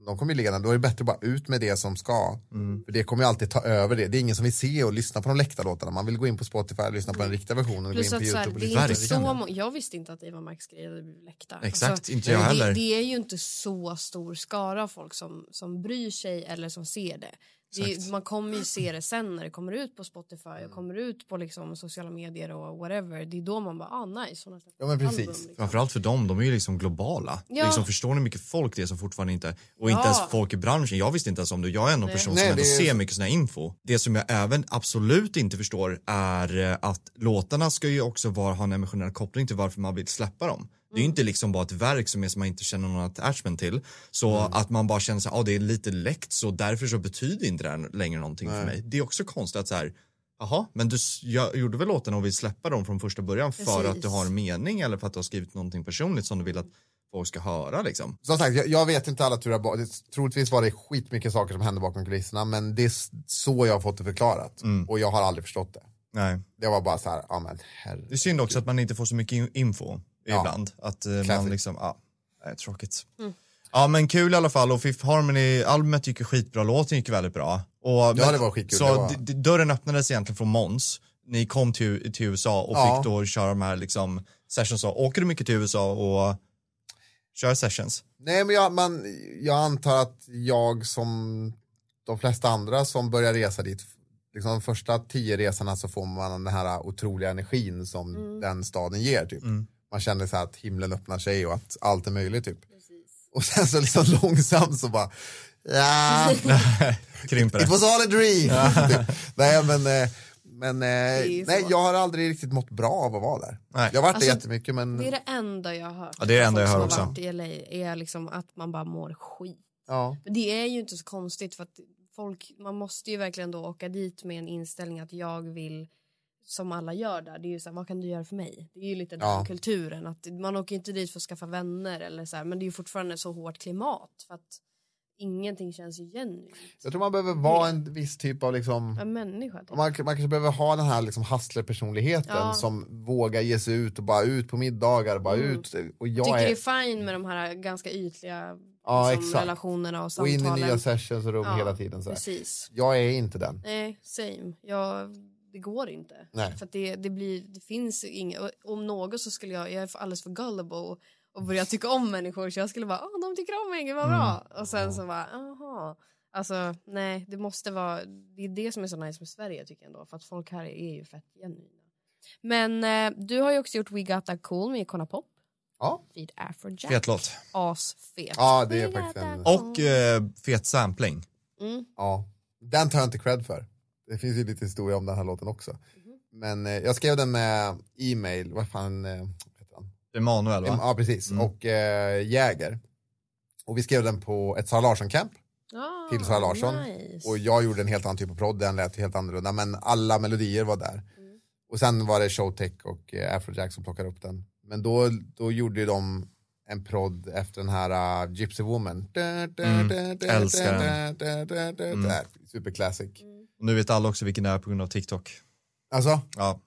de kommer ju ligga där. Då är det bättre att bara ut med det som ska. För det kommer ju alltid ta över det. Det är ingen som vill se och lyssna på de läckta låtarna. Man vill gå in på Spotify och lyssna på den riktiga versionen. Och gå Plus in på att så YouTube här, och det lyssna är inte på den så riktiga. mång- jag visste inte att Eva Max grejer hade blivit läckta. Alltså, Exakt, inte jag heller. Det, det är ju inte så stor skara av folk som, som bryr sig eller som ser det. det är, ju- Exakt. man kommer ju se det sen när det kommer ut på Spotify och kommer ut på liksom sociala medier och whatever. Det är då man bara, ah nice, hon har släppt Ja, men ett precis. Album, liksom. Framförallt för dem, de är ju liksom globala. Ja. Liksom, förstår ni hur mycket folk det är som fortfarande inte, och inte Ja. ens folk i branschen. Jag visste inte ens om det. Jag är en Nej. person Nej, som ändå det är- ser mycket sån här info. Det som jag även absolut inte förstår är eh, att låtarna ska ju också vara, ha en emotionell koppling till varför man vill släppa dem. Det Mm. är ju inte liksom bara ett verk som, är, som man inte känner någon attachment till. Så Mm. att man bara känner så här, ah, det är lite läckt så därför så betyder inte det här längre någonting för Nej. mig. Det är också konstigt att så här, Jaha, men du s- jag gjorde väl låtarna och vill släppa dem från första början för Precis. att du har en mening eller för att du har skrivit någonting personligt som du vill att folk ska höra liksom. Som sagt, jag, jag vet inte alla turer. ba- det- Troligtvis var det skitmycket saker som hände bakom kulisserna. Men det är s- så jag har fått det förklarat. Och jag har aldrig förstått det. Nej. Det var bara så här, ja men herre. Det är synd också att man inte får så mycket in- info Ja. ibland. Att eh, man Classic. liksom, ja, ah, tråkigt. Ja men kul i alla fall och Fifth Harmony-albumet gick ju skitbra, låten gick ju väldigt bra. Och, ja det var skitkul, Så det var- d- d- dörren öppnades egentligen från Mons. Ni kom till, till USA och Ja. fick då köra de här liksom sessions. Åker du mycket till USA och kör sessions? (laughs) Nej, men jag, man, jag antar att jag som de flesta andra som börjar resa dit, liksom de första tio resorna så får man den här otroliga energin som Mm. den staden ger. Typ. Man känner så här att himlen öppnar sig och att allt är möjligt. Typ. Och sen så liksom (laughs) långsamt så bara, ja, Krymper det? it was all a dream. (laughs) typ. Nej, men, eh, men eh, ju nej, så. jag har aldrig riktigt mått bra av att vara där. Nej. Jag har varit Alltså, där jättemycket, men Det är det enda jag har hört. Ja, det är det enda Folk jag hör som också. har varit i LA är liksom att man bara mår skit. ja. Men det är ju inte så konstigt för att folk, man måste ju verkligen då åka dit med en inställning att jag vill som alla gör där, det är ju så här, vad kan du göra för mig? Det är ju lite den Ja. kulturen att man åker inte dit för att skaffa vänner eller så här, men det är ju fortfarande så hårt klimat för att ingenting känns ju genuint. jag tror man behöver vara en viss typ av liksom, En människa. typ. Man, man kanske behöver ha den här liksom hustler-personligheten Ja. som vågar ge sig ut och bara ut på middagar, bara Mm. ut. Och jag Tycker det är, är fine med de här ganska ytliga Ja, liksom, exakt. relationerna och och in i samtalen. nya sessions och rum Ja, hela tiden. Så här. Precis. Jag är inte den. Nej, same. Jag, det går inte. Nej. För att det, det, blir, det finns inget. och Om något så skulle jag, jag är för- alldeles för gullible och, och börja tycka om människor så jag skulle bara, åh de tycker om mig, gud vad bra. Mm. Och sen så bara, jaha. Alltså nej, det måste vara, det är det som är så nice med Sverige tycker jag ändå, för att folk här är ju fett genuina. Men eh, du har ju också gjort We Got That Cool med Icona Pop. Ja. Feed Afrojack. Fet låt. Asfet. Ja, det är We faktiskt got en- that Och cool. eh, fet sampling. Mm. Ja. Den tar jag inte cred för. Det finns ju lite historia om den här låten också. Mhm. Men eh, jag skrev den med e-mail, vad fan eh, heter han? Emanuel va? Ja, precis. Mm. Och eh, Jäger. Och vi skrev den på ett Sara Larsson-camp. Ah, till Sara Larsson. Nice. Och jag gjorde en helt annan typ av prod, den lät ju helt annorlunda, men alla melodier var där. Och sen var det Showtech och eh, Afrojack som plockade upp den. Men då, då gjorde ju de en prod efter den här uh, Gypsy Woman. Mm, älskar den. Mm. den. Superclassic. Nu vet alla också vilken det är på grund av TikTok. Alltså, Ja.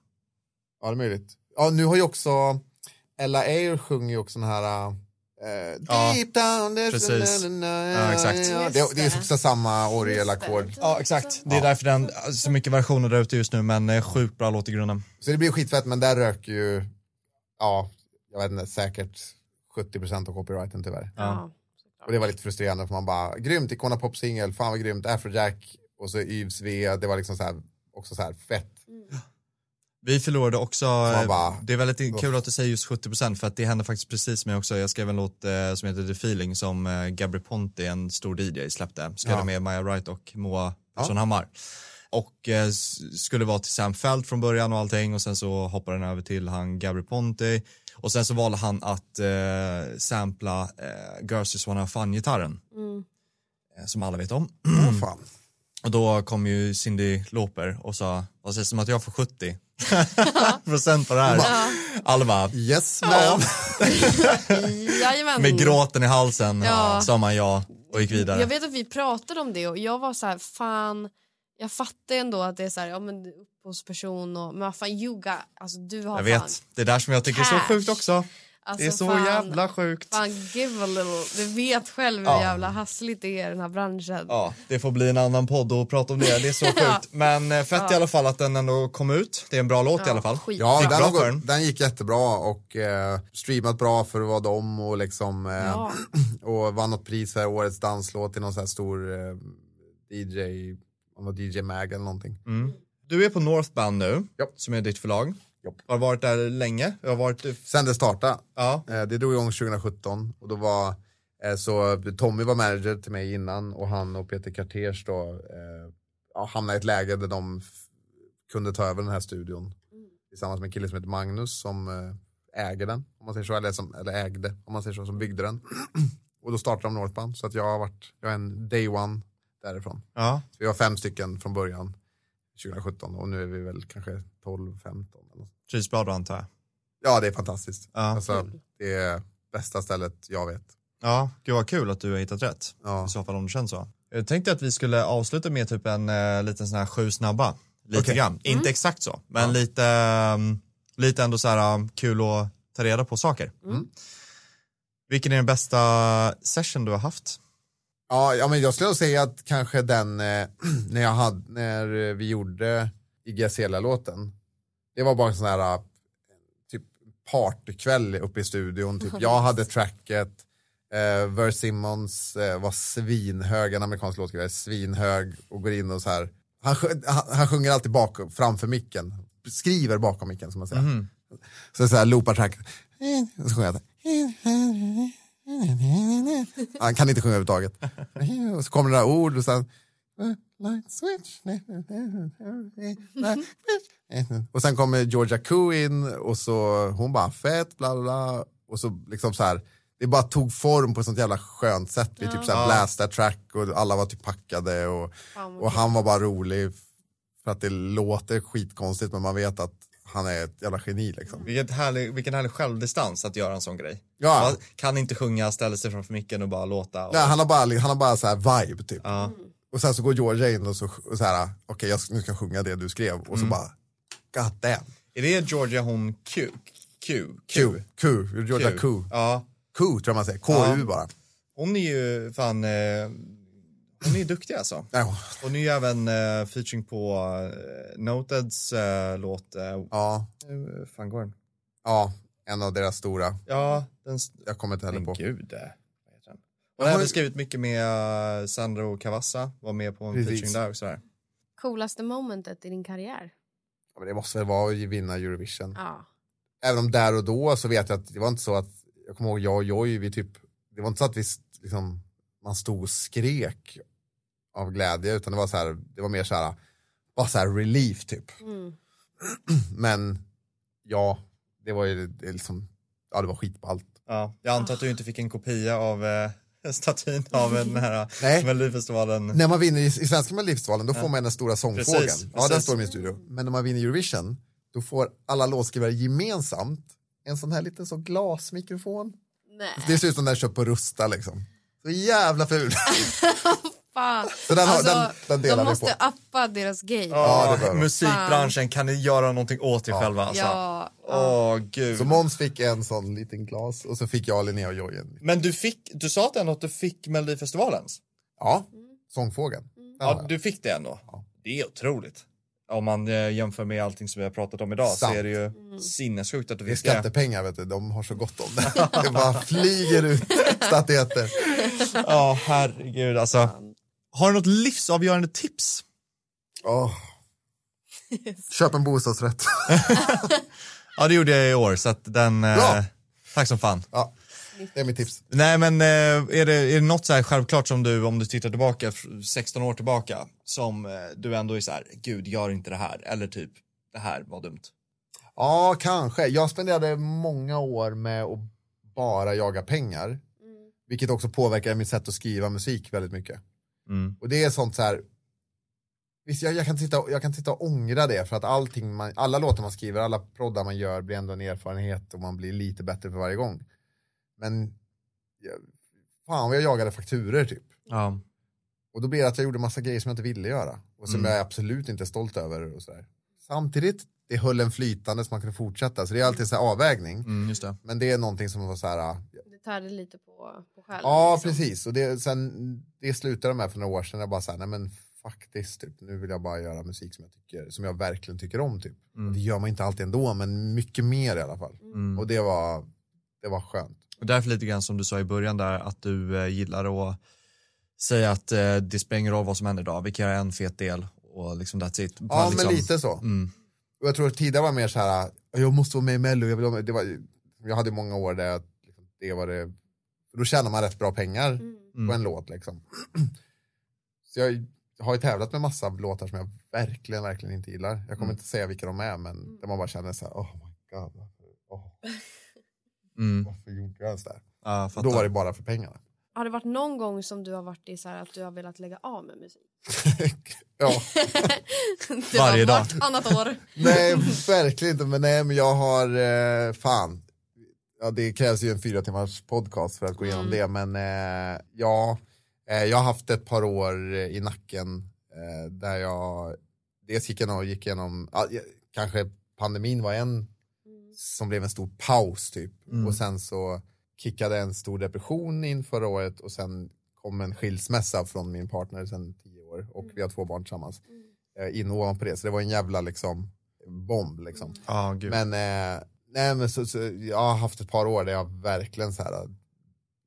ja det är möjligt. Ja, nu har ju också Ella Eyre sjunger ju också den här eh, Ja, Deep down there's precis. a- Ja, exakt. Det, det är också samma orgelackord. Ja, exakt. Det är därför den, alltså, så mycket versioner där ute just nu, men eh, sjukt bra låt i grunden. Så det blir skitfett, men där röker ju, ja, jag vet inte, säkert 70% av copyrighten tyvärr. Ja. Och det var lite frustrerande för man bara, grymt Icona Pop singel, fan vad grymt, Afrojack och så Yves V, det var liksom så här, också så här fett. Vi förlorade också, eh, bara- det är väldigt i- kul att du säger just 70% för att det hände faktiskt precis mig också. Jag skrev en låt eh, som heter The Feeling som eh, Gabri Ponte, en stor DJ, släppte. Skrev Ja. med Maja Wright och Moa Persson Hammar. Och eh, s- skulle vara till Sam Feld från början och allting och sen så hoppade den över till han Gabri Ponte. Och sen så valde han att eh, sampla eh, Girls Just Wanna Have Fun-gitarren. Mm. Eh, Som alla vet om. Åh, fan. Och då kom ju Cindy Lauper och sa, vad sägs om att jag får 70 procent på det här? Alla bara, Yes man. Ja. Jajamän. med gråten i halsen Mm. Ja. sa man ja och gick vidare. Jag vet att vi pratade om det och jag var så här, fan, jag fattar ändå att det är så här, ja men upphovsperson och, men vad fan Yuga, alltså du har Jag fan. vet, det är där som jag tycker är så Cash. sjukt också. Alltså, Det är så fan, jävla sjukt. Fan, give a little. Du vet själv hur Ja. jävla hassligt det är i den här branschen. Ja, det får bli en annan podd och prata om det. Det är (laughs) så sjukt. Men eh, fett i alla fall att den ändå kom ut. Det är en bra låt i Ja, alla fall. skit. Ja, Gick den, bra har för den. gått, den gick jättebra och eh, streamat bra för att vara dem och liksom eh, Ja. och vann något pris här, årets danslåt till någon sån här stor eh, DJ, om det var DJ Mag eller någonting. Mm. Du är på Northbound nu, Japp. som är ditt förlag. Japp. Har varit där länge. Jag har varit, Sen det startade, ja. eh, det drog igång 2017 och då var eh, så Tommy var manager till mig innan och han och Peter Karters då eh, ja, hamnade i ett läge där de f- kunde ta över den här studion tillsammans med en kille som heter Magnus som eh, äger den, om man säger så, eller, som, eller ägde, om man säger så, som byggde den. (clears throat) och då startade de Northband, så att jag har varit, jag är en day one därifrån. ja. Så vi var fem stycken från början 2017 och nu är vi väl kanske 12, 15. Eller något. Trivs bra då antar jag. Ja, det är fantastiskt. Ja. Alltså, det är bästa stället jag vet. ja, gud vad kul att du har hittat rätt. Ja. I så fall om det känns så. Jag tänkte att vi skulle avsluta med typ en eh, liten sån här sju snabba. Lite Okej. Mm. grann. Inte exakt så, men lite, ehm, lite ändå så här um, kul att ta reda på saker. Mm. Vilken är den bästa session du har haft? Ja, ja, men jag skulle nog säga att kanske den eh, (clears throat) när, jag hade, när eh, vi gjorde Igazela-låten. Det var bara en sån här eh, typ partykväll uppe i studion. Typ. Jag hade tracket, eh, Ver Simmons eh, var svinhög, en amerikansk låtskrivare, svinhög och går in och så här. Han, sjö- han, han sjunger alltid bakom, framför micken, skriver bakom micken som man säger. Mhm. Så så här loopar tracket. Och så sjunger jag. så här. Han kan inte sjunga överhuvudtaget. Och så kommer det några ord och sen. Light switch. Och sen kommer Georgia Koo in och så hon bara fett bla bla bla. Och så liksom så här. Det bara tog form på ett sånt jävla skönt sätt. Vi typ så här Ja. blastar track och alla var typ packade och, Fan, vad och han var bara rolig. För att det låter skitkonstigt men man vet att han är ett jävla geni liksom. Vilket härlig, vilken härlig självdistans att göra en sån grej. Ja. Man kan inte sjunga, ställa sig framför micken och bara låta. Och, Nej, han har bara, han har bara så här vibe typ. ja. Och sen så går Georgia in och så, och så här, okej jag ska- nu ska jag sjunga det du skrev. Och så bara, god damn. Är det Georgia hon Q? Q? Q, Q, Georgia Q. Q, Ja. tror jag man säger, KU Ja. bara. Hon är ju fan, eh, hon är ju duktig alltså. Nej, hon- Hon är ju även eh, featuring på eh, Noteds eh, låt, eh, Ja, Eh, hur fan går den? ja, en av deras stora. Ja, den, s- Jag kommer inte heller men på. gud. eh, vad heter den? Hon Ja, har hon- även skrivit mycket med eh, Sandro Cavazza, var med på en Precis. featuring där och sådär. Coolaste momentet i din karriär? Ja, Men det måste väl vara att vinna Eurovision. Ja. Även om där och då så vet jag att det var inte så att, jag kommer ihåg jag och Joy, vi typ, det var inte så att vi st- liksom, man stod och skrek av glädje utan det var så här, det var mer så här, bara så här relief typ. Mm. Men ja, det var ju det är liksom, ja det var skitballt. Ja, jag antar att du inte fick en kopia av eh, (laughs) statyn av den här eh, Nej. Melodifestivalen. När man vinner i, i svenska Melodifestivalen då får man den stora sångfrågan. Precis, ja, den precis. står i min studio. Men när man vinner Eurovision då får alla låtskrivare gemensamt en sån här liten så glasmikrofon. Nej, Det ser ut som den är köpt på Rusta liksom. Så jävla ful. (laughs) fan. Så den, har, den, den delar Alltså, de vi på. måste uppa deras game. Ja, Ja, det bör de. musikbranschen, kan ni göra någonting åt er själva? Alltså? Ja, Åh, gud. Så Måns fick en sån liten glas och så fick jag Linnea och Joy en. Men du fick, du sa att ändå att du fick Melodifestivalens? Ja, sångfågeln. Den har Ja, jag. du fick det ändå. Ja. Det är otroligt. Om man eh, jämför med allting som vi har pratat om idag Sant. så är det ju sinnessjukt att du Det är fick det. skattepengar, vet du. de har så gott om det. (laughs) Det bara flyger ut statyetter. Ja, herregud alltså. Har du något livsavgörande tips? Åh. Köp en bostadsrätt. Ja, det gjorde jag i år så att den... eh, Bra. Tack som fan. Ja, det är mitt tips. Nej men eh, är det, är det något så här självklart som du, om du tittar tillbaka f- 16 år tillbaka, som eh, du ändå är så här, gud gör inte det här, eller typ, det här var dumt. Ja, kanske. Jag spenderade många år med att bara jaga pengar. Vilket också påverkar mitt sätt att skriva musik väldigt mycket. Mm. Och det är sånt så här. Visst, jag, jag, kan titta, jag kan titta och ångra det för att allting man, alla låtar man skriver, alla proddar man gör blir ändå en erfarenhet och man blir lite bättre för varje gång. Men jag, fan vad jag jagade fakturer typ. Ja. Och då blir det att jag gjorde massa grejer som jag inte ville göra och som Mm. jag absolut inte är stolt över. Och så där. Samtidigt det höll en flytande så man kunde fortsätta. Så det är alltid en sån här avvägning. Mm, just det. Men det är någonting som var så här, ah, Det tärde lite på, på själen. ja liksom. precis. Och det, sen, det slutade de med för några år sedan. Jag bara så här, nej men faktiskt, typ, nu vill jag bara göra musik som jag, tycker, som jag verkligen tycker om. Typ. Mm. Det gör man inte alltid ändå, men mycket mer i alla fall. Mm. Och det var, det var skönt. Och därför lite grann som du sa i början där att du eh, gillar att säga att eh, det spelar ingen roll vad som händer idag, vi kan göra en fet del och liksom that's it. Ja, liksom, men lite så. Mm, Och jag tror att tidigare var mer så här, jag måste vara med i Mello. Jag, vill vara med. Det var, jag hade många år där jag, liksom, det var det, då tjänar man rätt bra pengar mm. på en låt liksom. (clears throat) Så jag har ju tävlat med massa låtar som jag verkligen, verkligen inte gillar. Jag kommer Mm. inte säga vilka de är, men där man bara känner så här, oh my god, varför, åh, Mm. varför gjorde jag ens det här? Ja, Och Då fattar. var det bara för pengarna. (laughs) Har det varit någon gång som du har varit i så här att du har velat lägga av med musik? ja. (laughs) det Varje dag. var annat (laughs) år. Nej, verkligen inte. Men, nej, men jag har, eh, fan. Ja, det krävs ju en fyra timmars podcast för att gå igenom det. Men eh, ja, eh, jag har haft ett par år eh, i nacken eh, där jag dels gick igenom, gick igenom ja, jag- kanske pandemin var en som blev en stor paus typ. Mm. Och sen så kickade en stor depression in förra året och sen kom en skilsmässa från min partner sedan tio år och vi har två barn tillsammans Mm, eh, in ovanpå det. Så det var en jävla liksom bomb liksom. Ja, gud. Men, eh, nej, men så, så, jag har haft ett par år där jag verkligen så här eh,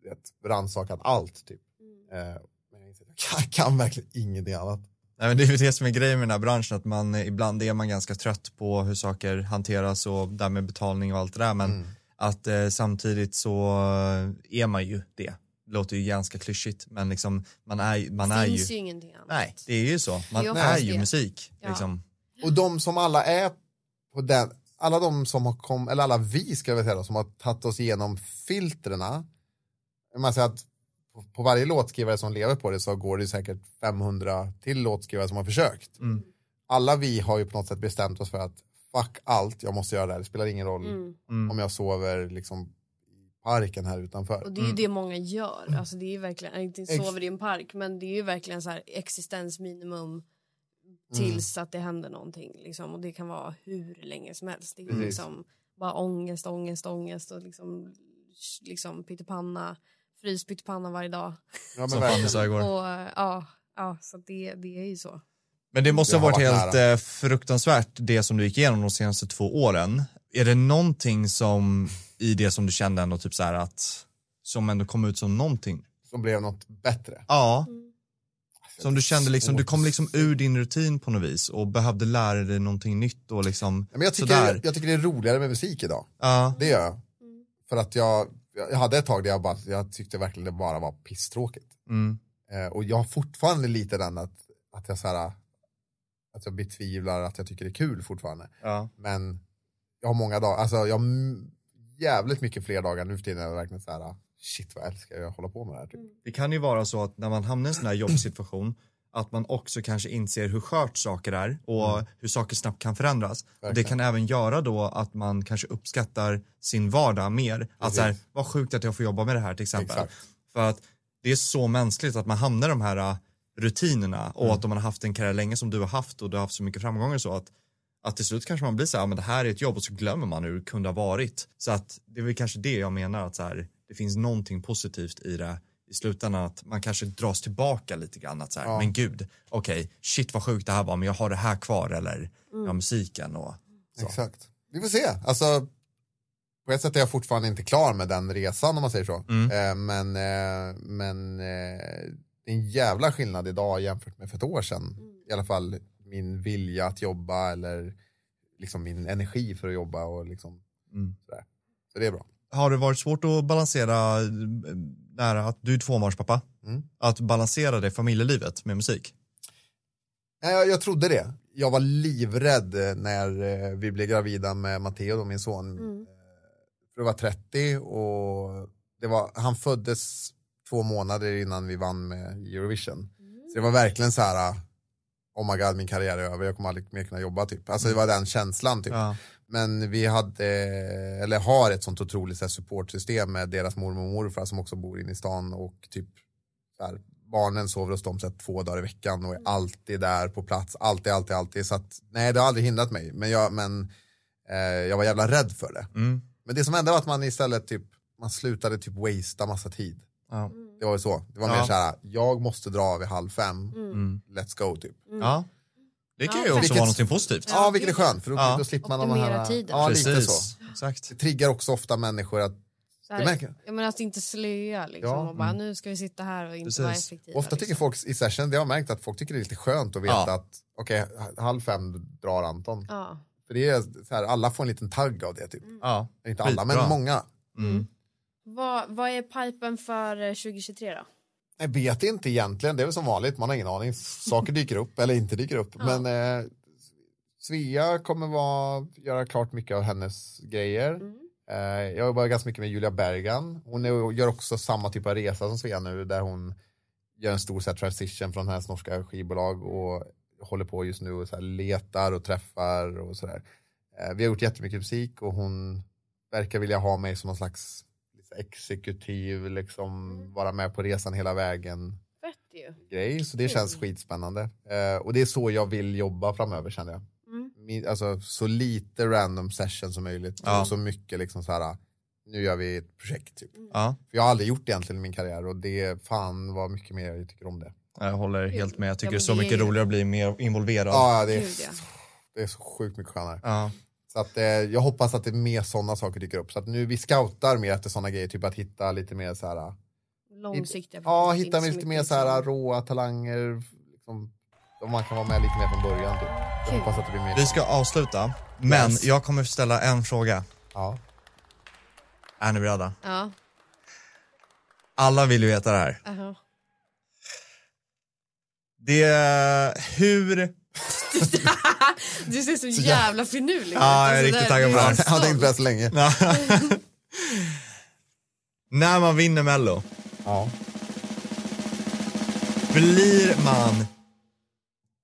vet, rannsakat allt typ. mm. Eh, men jag inser att jag kan, kan verkligen ingenting annat. Nej, men det är ju det som är grejen med den här branschen, att man eh, ibland är man ganska trött på hur saker hanteras och där med betalning och allt det där, men Mm. att eh, samtidigt så eh, är man ju det. Det låter ju ganska klyschigt, men liksom man är, ju- man är Det ju... finns ju ingenting annat. Nej, det är ju så. Man Jo, är fast ju det. musik. Ja. Liksom. Och de som alla är på den, alla de som har kom, eller alla vi ska jag väl säga då, som har tagit oss igenom filtrerna. Man säger att på, på varje låtskrivare som lever på det så går det säkert 500 till låtskrivare som har försökt. Mm. Alla vi har ju på något sätt bestämt oss för att fuck allt, jag måste göra det här, det spelar ingen roll Mm. Mm. om jag sover liksom i parken här utanför. Och Mm. det är ju det många gör. Alltså det är ju verkligen, inte Ex- sover i en park men det är ju verkligen så här existensminimum Mm. tills att det händer någonting liksom. Och det kan vara hur länge som helst. Det är ju Precis. liksom bara ångest, ångest, ångest och liksom, liksom pyttipanna, frys pyttipanna varje dag. Ja, men Som Fanny verkligen. sa igår. Och eh, ja, ja så att det, det är ju så. Men det måste Det ha har varit varit helt eh, fruktansvärt det som du gick igenom de senaste två åren. Är det någonting som i det som du kände ändå typ så här att som ändå kom ut som någonting? Som blev något bättre. Ja, Mm. som du kände liksom, Svårt. du kom liksom ur din rutin på något vis och behövde lära dig någonting nytt och liksom Men jag, tycker, sådär. jag tycker det är roligare med musik idag. Ja, Det gör jag. För att jag, jag hade ett tag där jag, bara, jag tyckte verkligen det bara var pisstråkigt. mm, Eh, och jag har fortfarande lite den att, att jag så här, att jag betvivlar att jag tycker det är kul fortfarande. ja, Men jag har många dagar, alltså jag har m- jävligt mycket fler dagar nu för tiden där jag verkligen så här, "Ah, shit vad älskar jag att hålla på med det här. Typ. Det kan ju vara så att när man hamnar i en sån här jobbsituation att man också kanske inser hur skört saker är och hur saker snabbt kan förändras. Och det Mm. Verkligen. kan även göra då att man kanske uppskattar sin vardag mer. Att Precis. så här, vad sjukt att jag får jobba med det här till exempel. Exakt. För att det är så mänskligt att man hamnar i de här äh, rutinerna och att om man har haft en karriär länge som du har haft och du har haft så mycket framgångar så att att till slut kanske man blir så här, men det här är ett jobb och så glömmer man hur det kunde ha varit. Så att det är väl kanske det jag menar att så här, det finns någonting positivt i det i slutändan att man kanske dras tillbaka lite grann att så här, Ja. men gud, okej, shit vad sjukt det här var, men jag har det här kvar eller ja, musiken och så. Exakt. Vi får se. Alltså, på ett sätt är jag fortfarande inte klar med den resan om man säger så. Mm. Eh, men eh, men eh, det är en jävla skillnad idag jämfört med för ett år sedan. I alla fall min vilja att jobba eller liksom min energi för att jobba och liksom Mm. sådär. Så det är bra. har det varit svårt att balansera eh, nära att du är tvåbarnspappa? Mm. Att balansera det familjelivet med musik? Nej, Eh, Jag, jag trodde det. Jag var livrädd eh, när eh, vi blev gravida med Matteo, då, min son. Mm. Eh, För det var 30 och det var, han föddes två månader innan vi vann med Eurovision. Så det var verkligen så här, ah, oh my god min karriär är över, jag kommer aldrig mer kunna jobba typ. Alltså det var den känslan typ. Ja. Men vi hade, eh, eller har ett sånt otroligt så här, supportsystem med deras mormor och morfar som också bor inne i stan och typ så här, barnen sover hos dem så här, två dagar i veckan och är alltid där på plats, alltid, alltid, alltid. Så att, nej, det har aldrig hindrat mig, men jag, men, eh, jag var jävla rädd för det. Mm. Men det som hände var att man istället typ, man slutade typ wastea massa tid. Ja. Mm. Det var ju så, det var Ja. mer så här, jag måste dra vid halv fem, Mm. let's go typ. ja. Det kan ju Ja, också vilket- vara något positivt. Ja, vilket är skönt, för då, Ja. då slipper man de Optimera här... tiden. Ja, lite Precis. Mm. så. Exakt. Det triggar också ofta människor att Så här, Det märker- jag menar att inte slöa liksom Ja, och bara nu ska vi sitta här och inte Precis. vara effektiva. Ofta tycker liksom. folk i session, det har jag märkt att folk tycker det är lite skönt att veta Ja. att okej, h- halv fem drar Anton. Ja. För det är så här, alla får en liten tagg av det typ. Ja. Inte alla, Skitbra. men många. Mm. Vad, vad är pipen för eh, 2023 då? Jag vet inte egentligen, det är väl som vanligt, man har ingen aning. Saker dyker upp eller inte dyker upp. Ja. Men eh, Svea kommer vara, göra klart mycket av hennes grejer. Eh, jag jobbar ganska mycket med Julia Bergan. Hon är, gör också samma typ av resa som Svea nu, där hon gör en stor så här, transition från hennes norska skivbolag och håller på just nu och så här, letar och träffar och sådär. Eh, vi har gjort jättemycket musik och hon verkar vilja ha mig som någon slags exekutiv, liksom Mm. vara med på resan hela vägen Fett ju. grej, så det känns skitspännande. Eh, och det är så jag vill jobba framöver känner jag. Mm. Min, alltså så lite random session som möjligt Ja. och så mycket liksom så här, nu gör vi ett projekt typ. Ja. För jag har aldrig gjort det egentligen i min karriär och det fan vad mycket mer jag tycker om det. Jag håller helt med. Jag tycker Ja, men det är så det är mycket ju- roligare att bli mer involverad. Ja, det, Gud är, ja. det är så sjukt mycket skönare. Ja. Så att, eh, jag hoppas att det är mer sådana saker dyker upp. Så att nu vi scoutar mer efter sådana grejer, typ att hitta lite mer så här, Långsiktiga. ja projekt, hitta inte så lite mer mycket så här liksom. råa talanger, liksom, om man kan vara med lite mer från början typ. Jag Kul. hoppas att det blir mer. Vi ska avsluta, men Yes. jag kommer ställa en fråga. Ja. Är ni beredda? Ja. Alla vill ju veta det här. aha. Det är hur... (laughs) (laughs) Du ser så jävla finurlig ut. Ja, jag är riktigt där- taggad på du är det här. Jag har tänkt på det stolt. här så länge. När man vinner Mello, Ja. blir man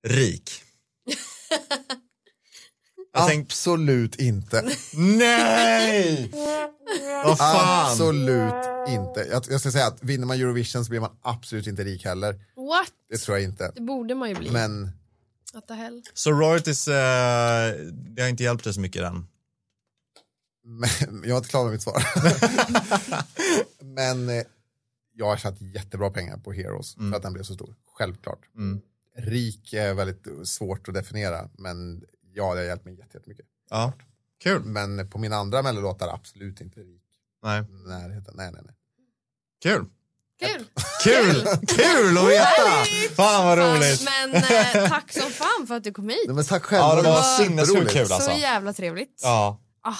rik? Jag tänkte, Absolut inte. nej! Vad fan? Absolut inte. Jag, jag ska säga att vinner man Eurovision så blir man absolut inte rik heller. What? Det tror jag inte. Det borde man ju bli. Men What the hell? Så royalties, eh, det har inte hjälpt dig så mycket än. Men, jag är inte klar med mitt svar. (laughs) men eh, jag har satt jättebra pengar på Heroes för att den blev så stor. Självklart. Rik är väldigt eh, svårt att definiera, men ja, det har hjälpt mig jätte- jättemycket. Ja, kul. Men på mina andra mellolåtar, absolut inte rik. Nej, Närheten, nej, nej, nej. kul. Kul. Kul! Kul att veta! Fan vad roligt! Fan, Men eh, tack som fan för att du kom hit. nej men tack själv. Ja, det var superroligt. sinnessjukt kul alltså. Så jävla trevligt. Ja. Ah,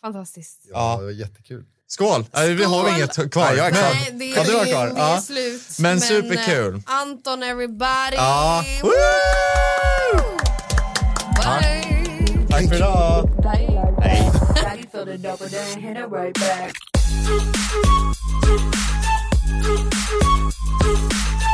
fantastiskt. Ja, det var jättekul. Skål! Nej, vi har Skål! inget kvar. Nej, jag är klar. Men- Nej, det Ja, är, du var kvar. det är Ja. slut. Men eh, superkul. Anton everybody. Ja. Woo! Bye. Tack för idag! Daddy, daddy filled a double down, hit it right back.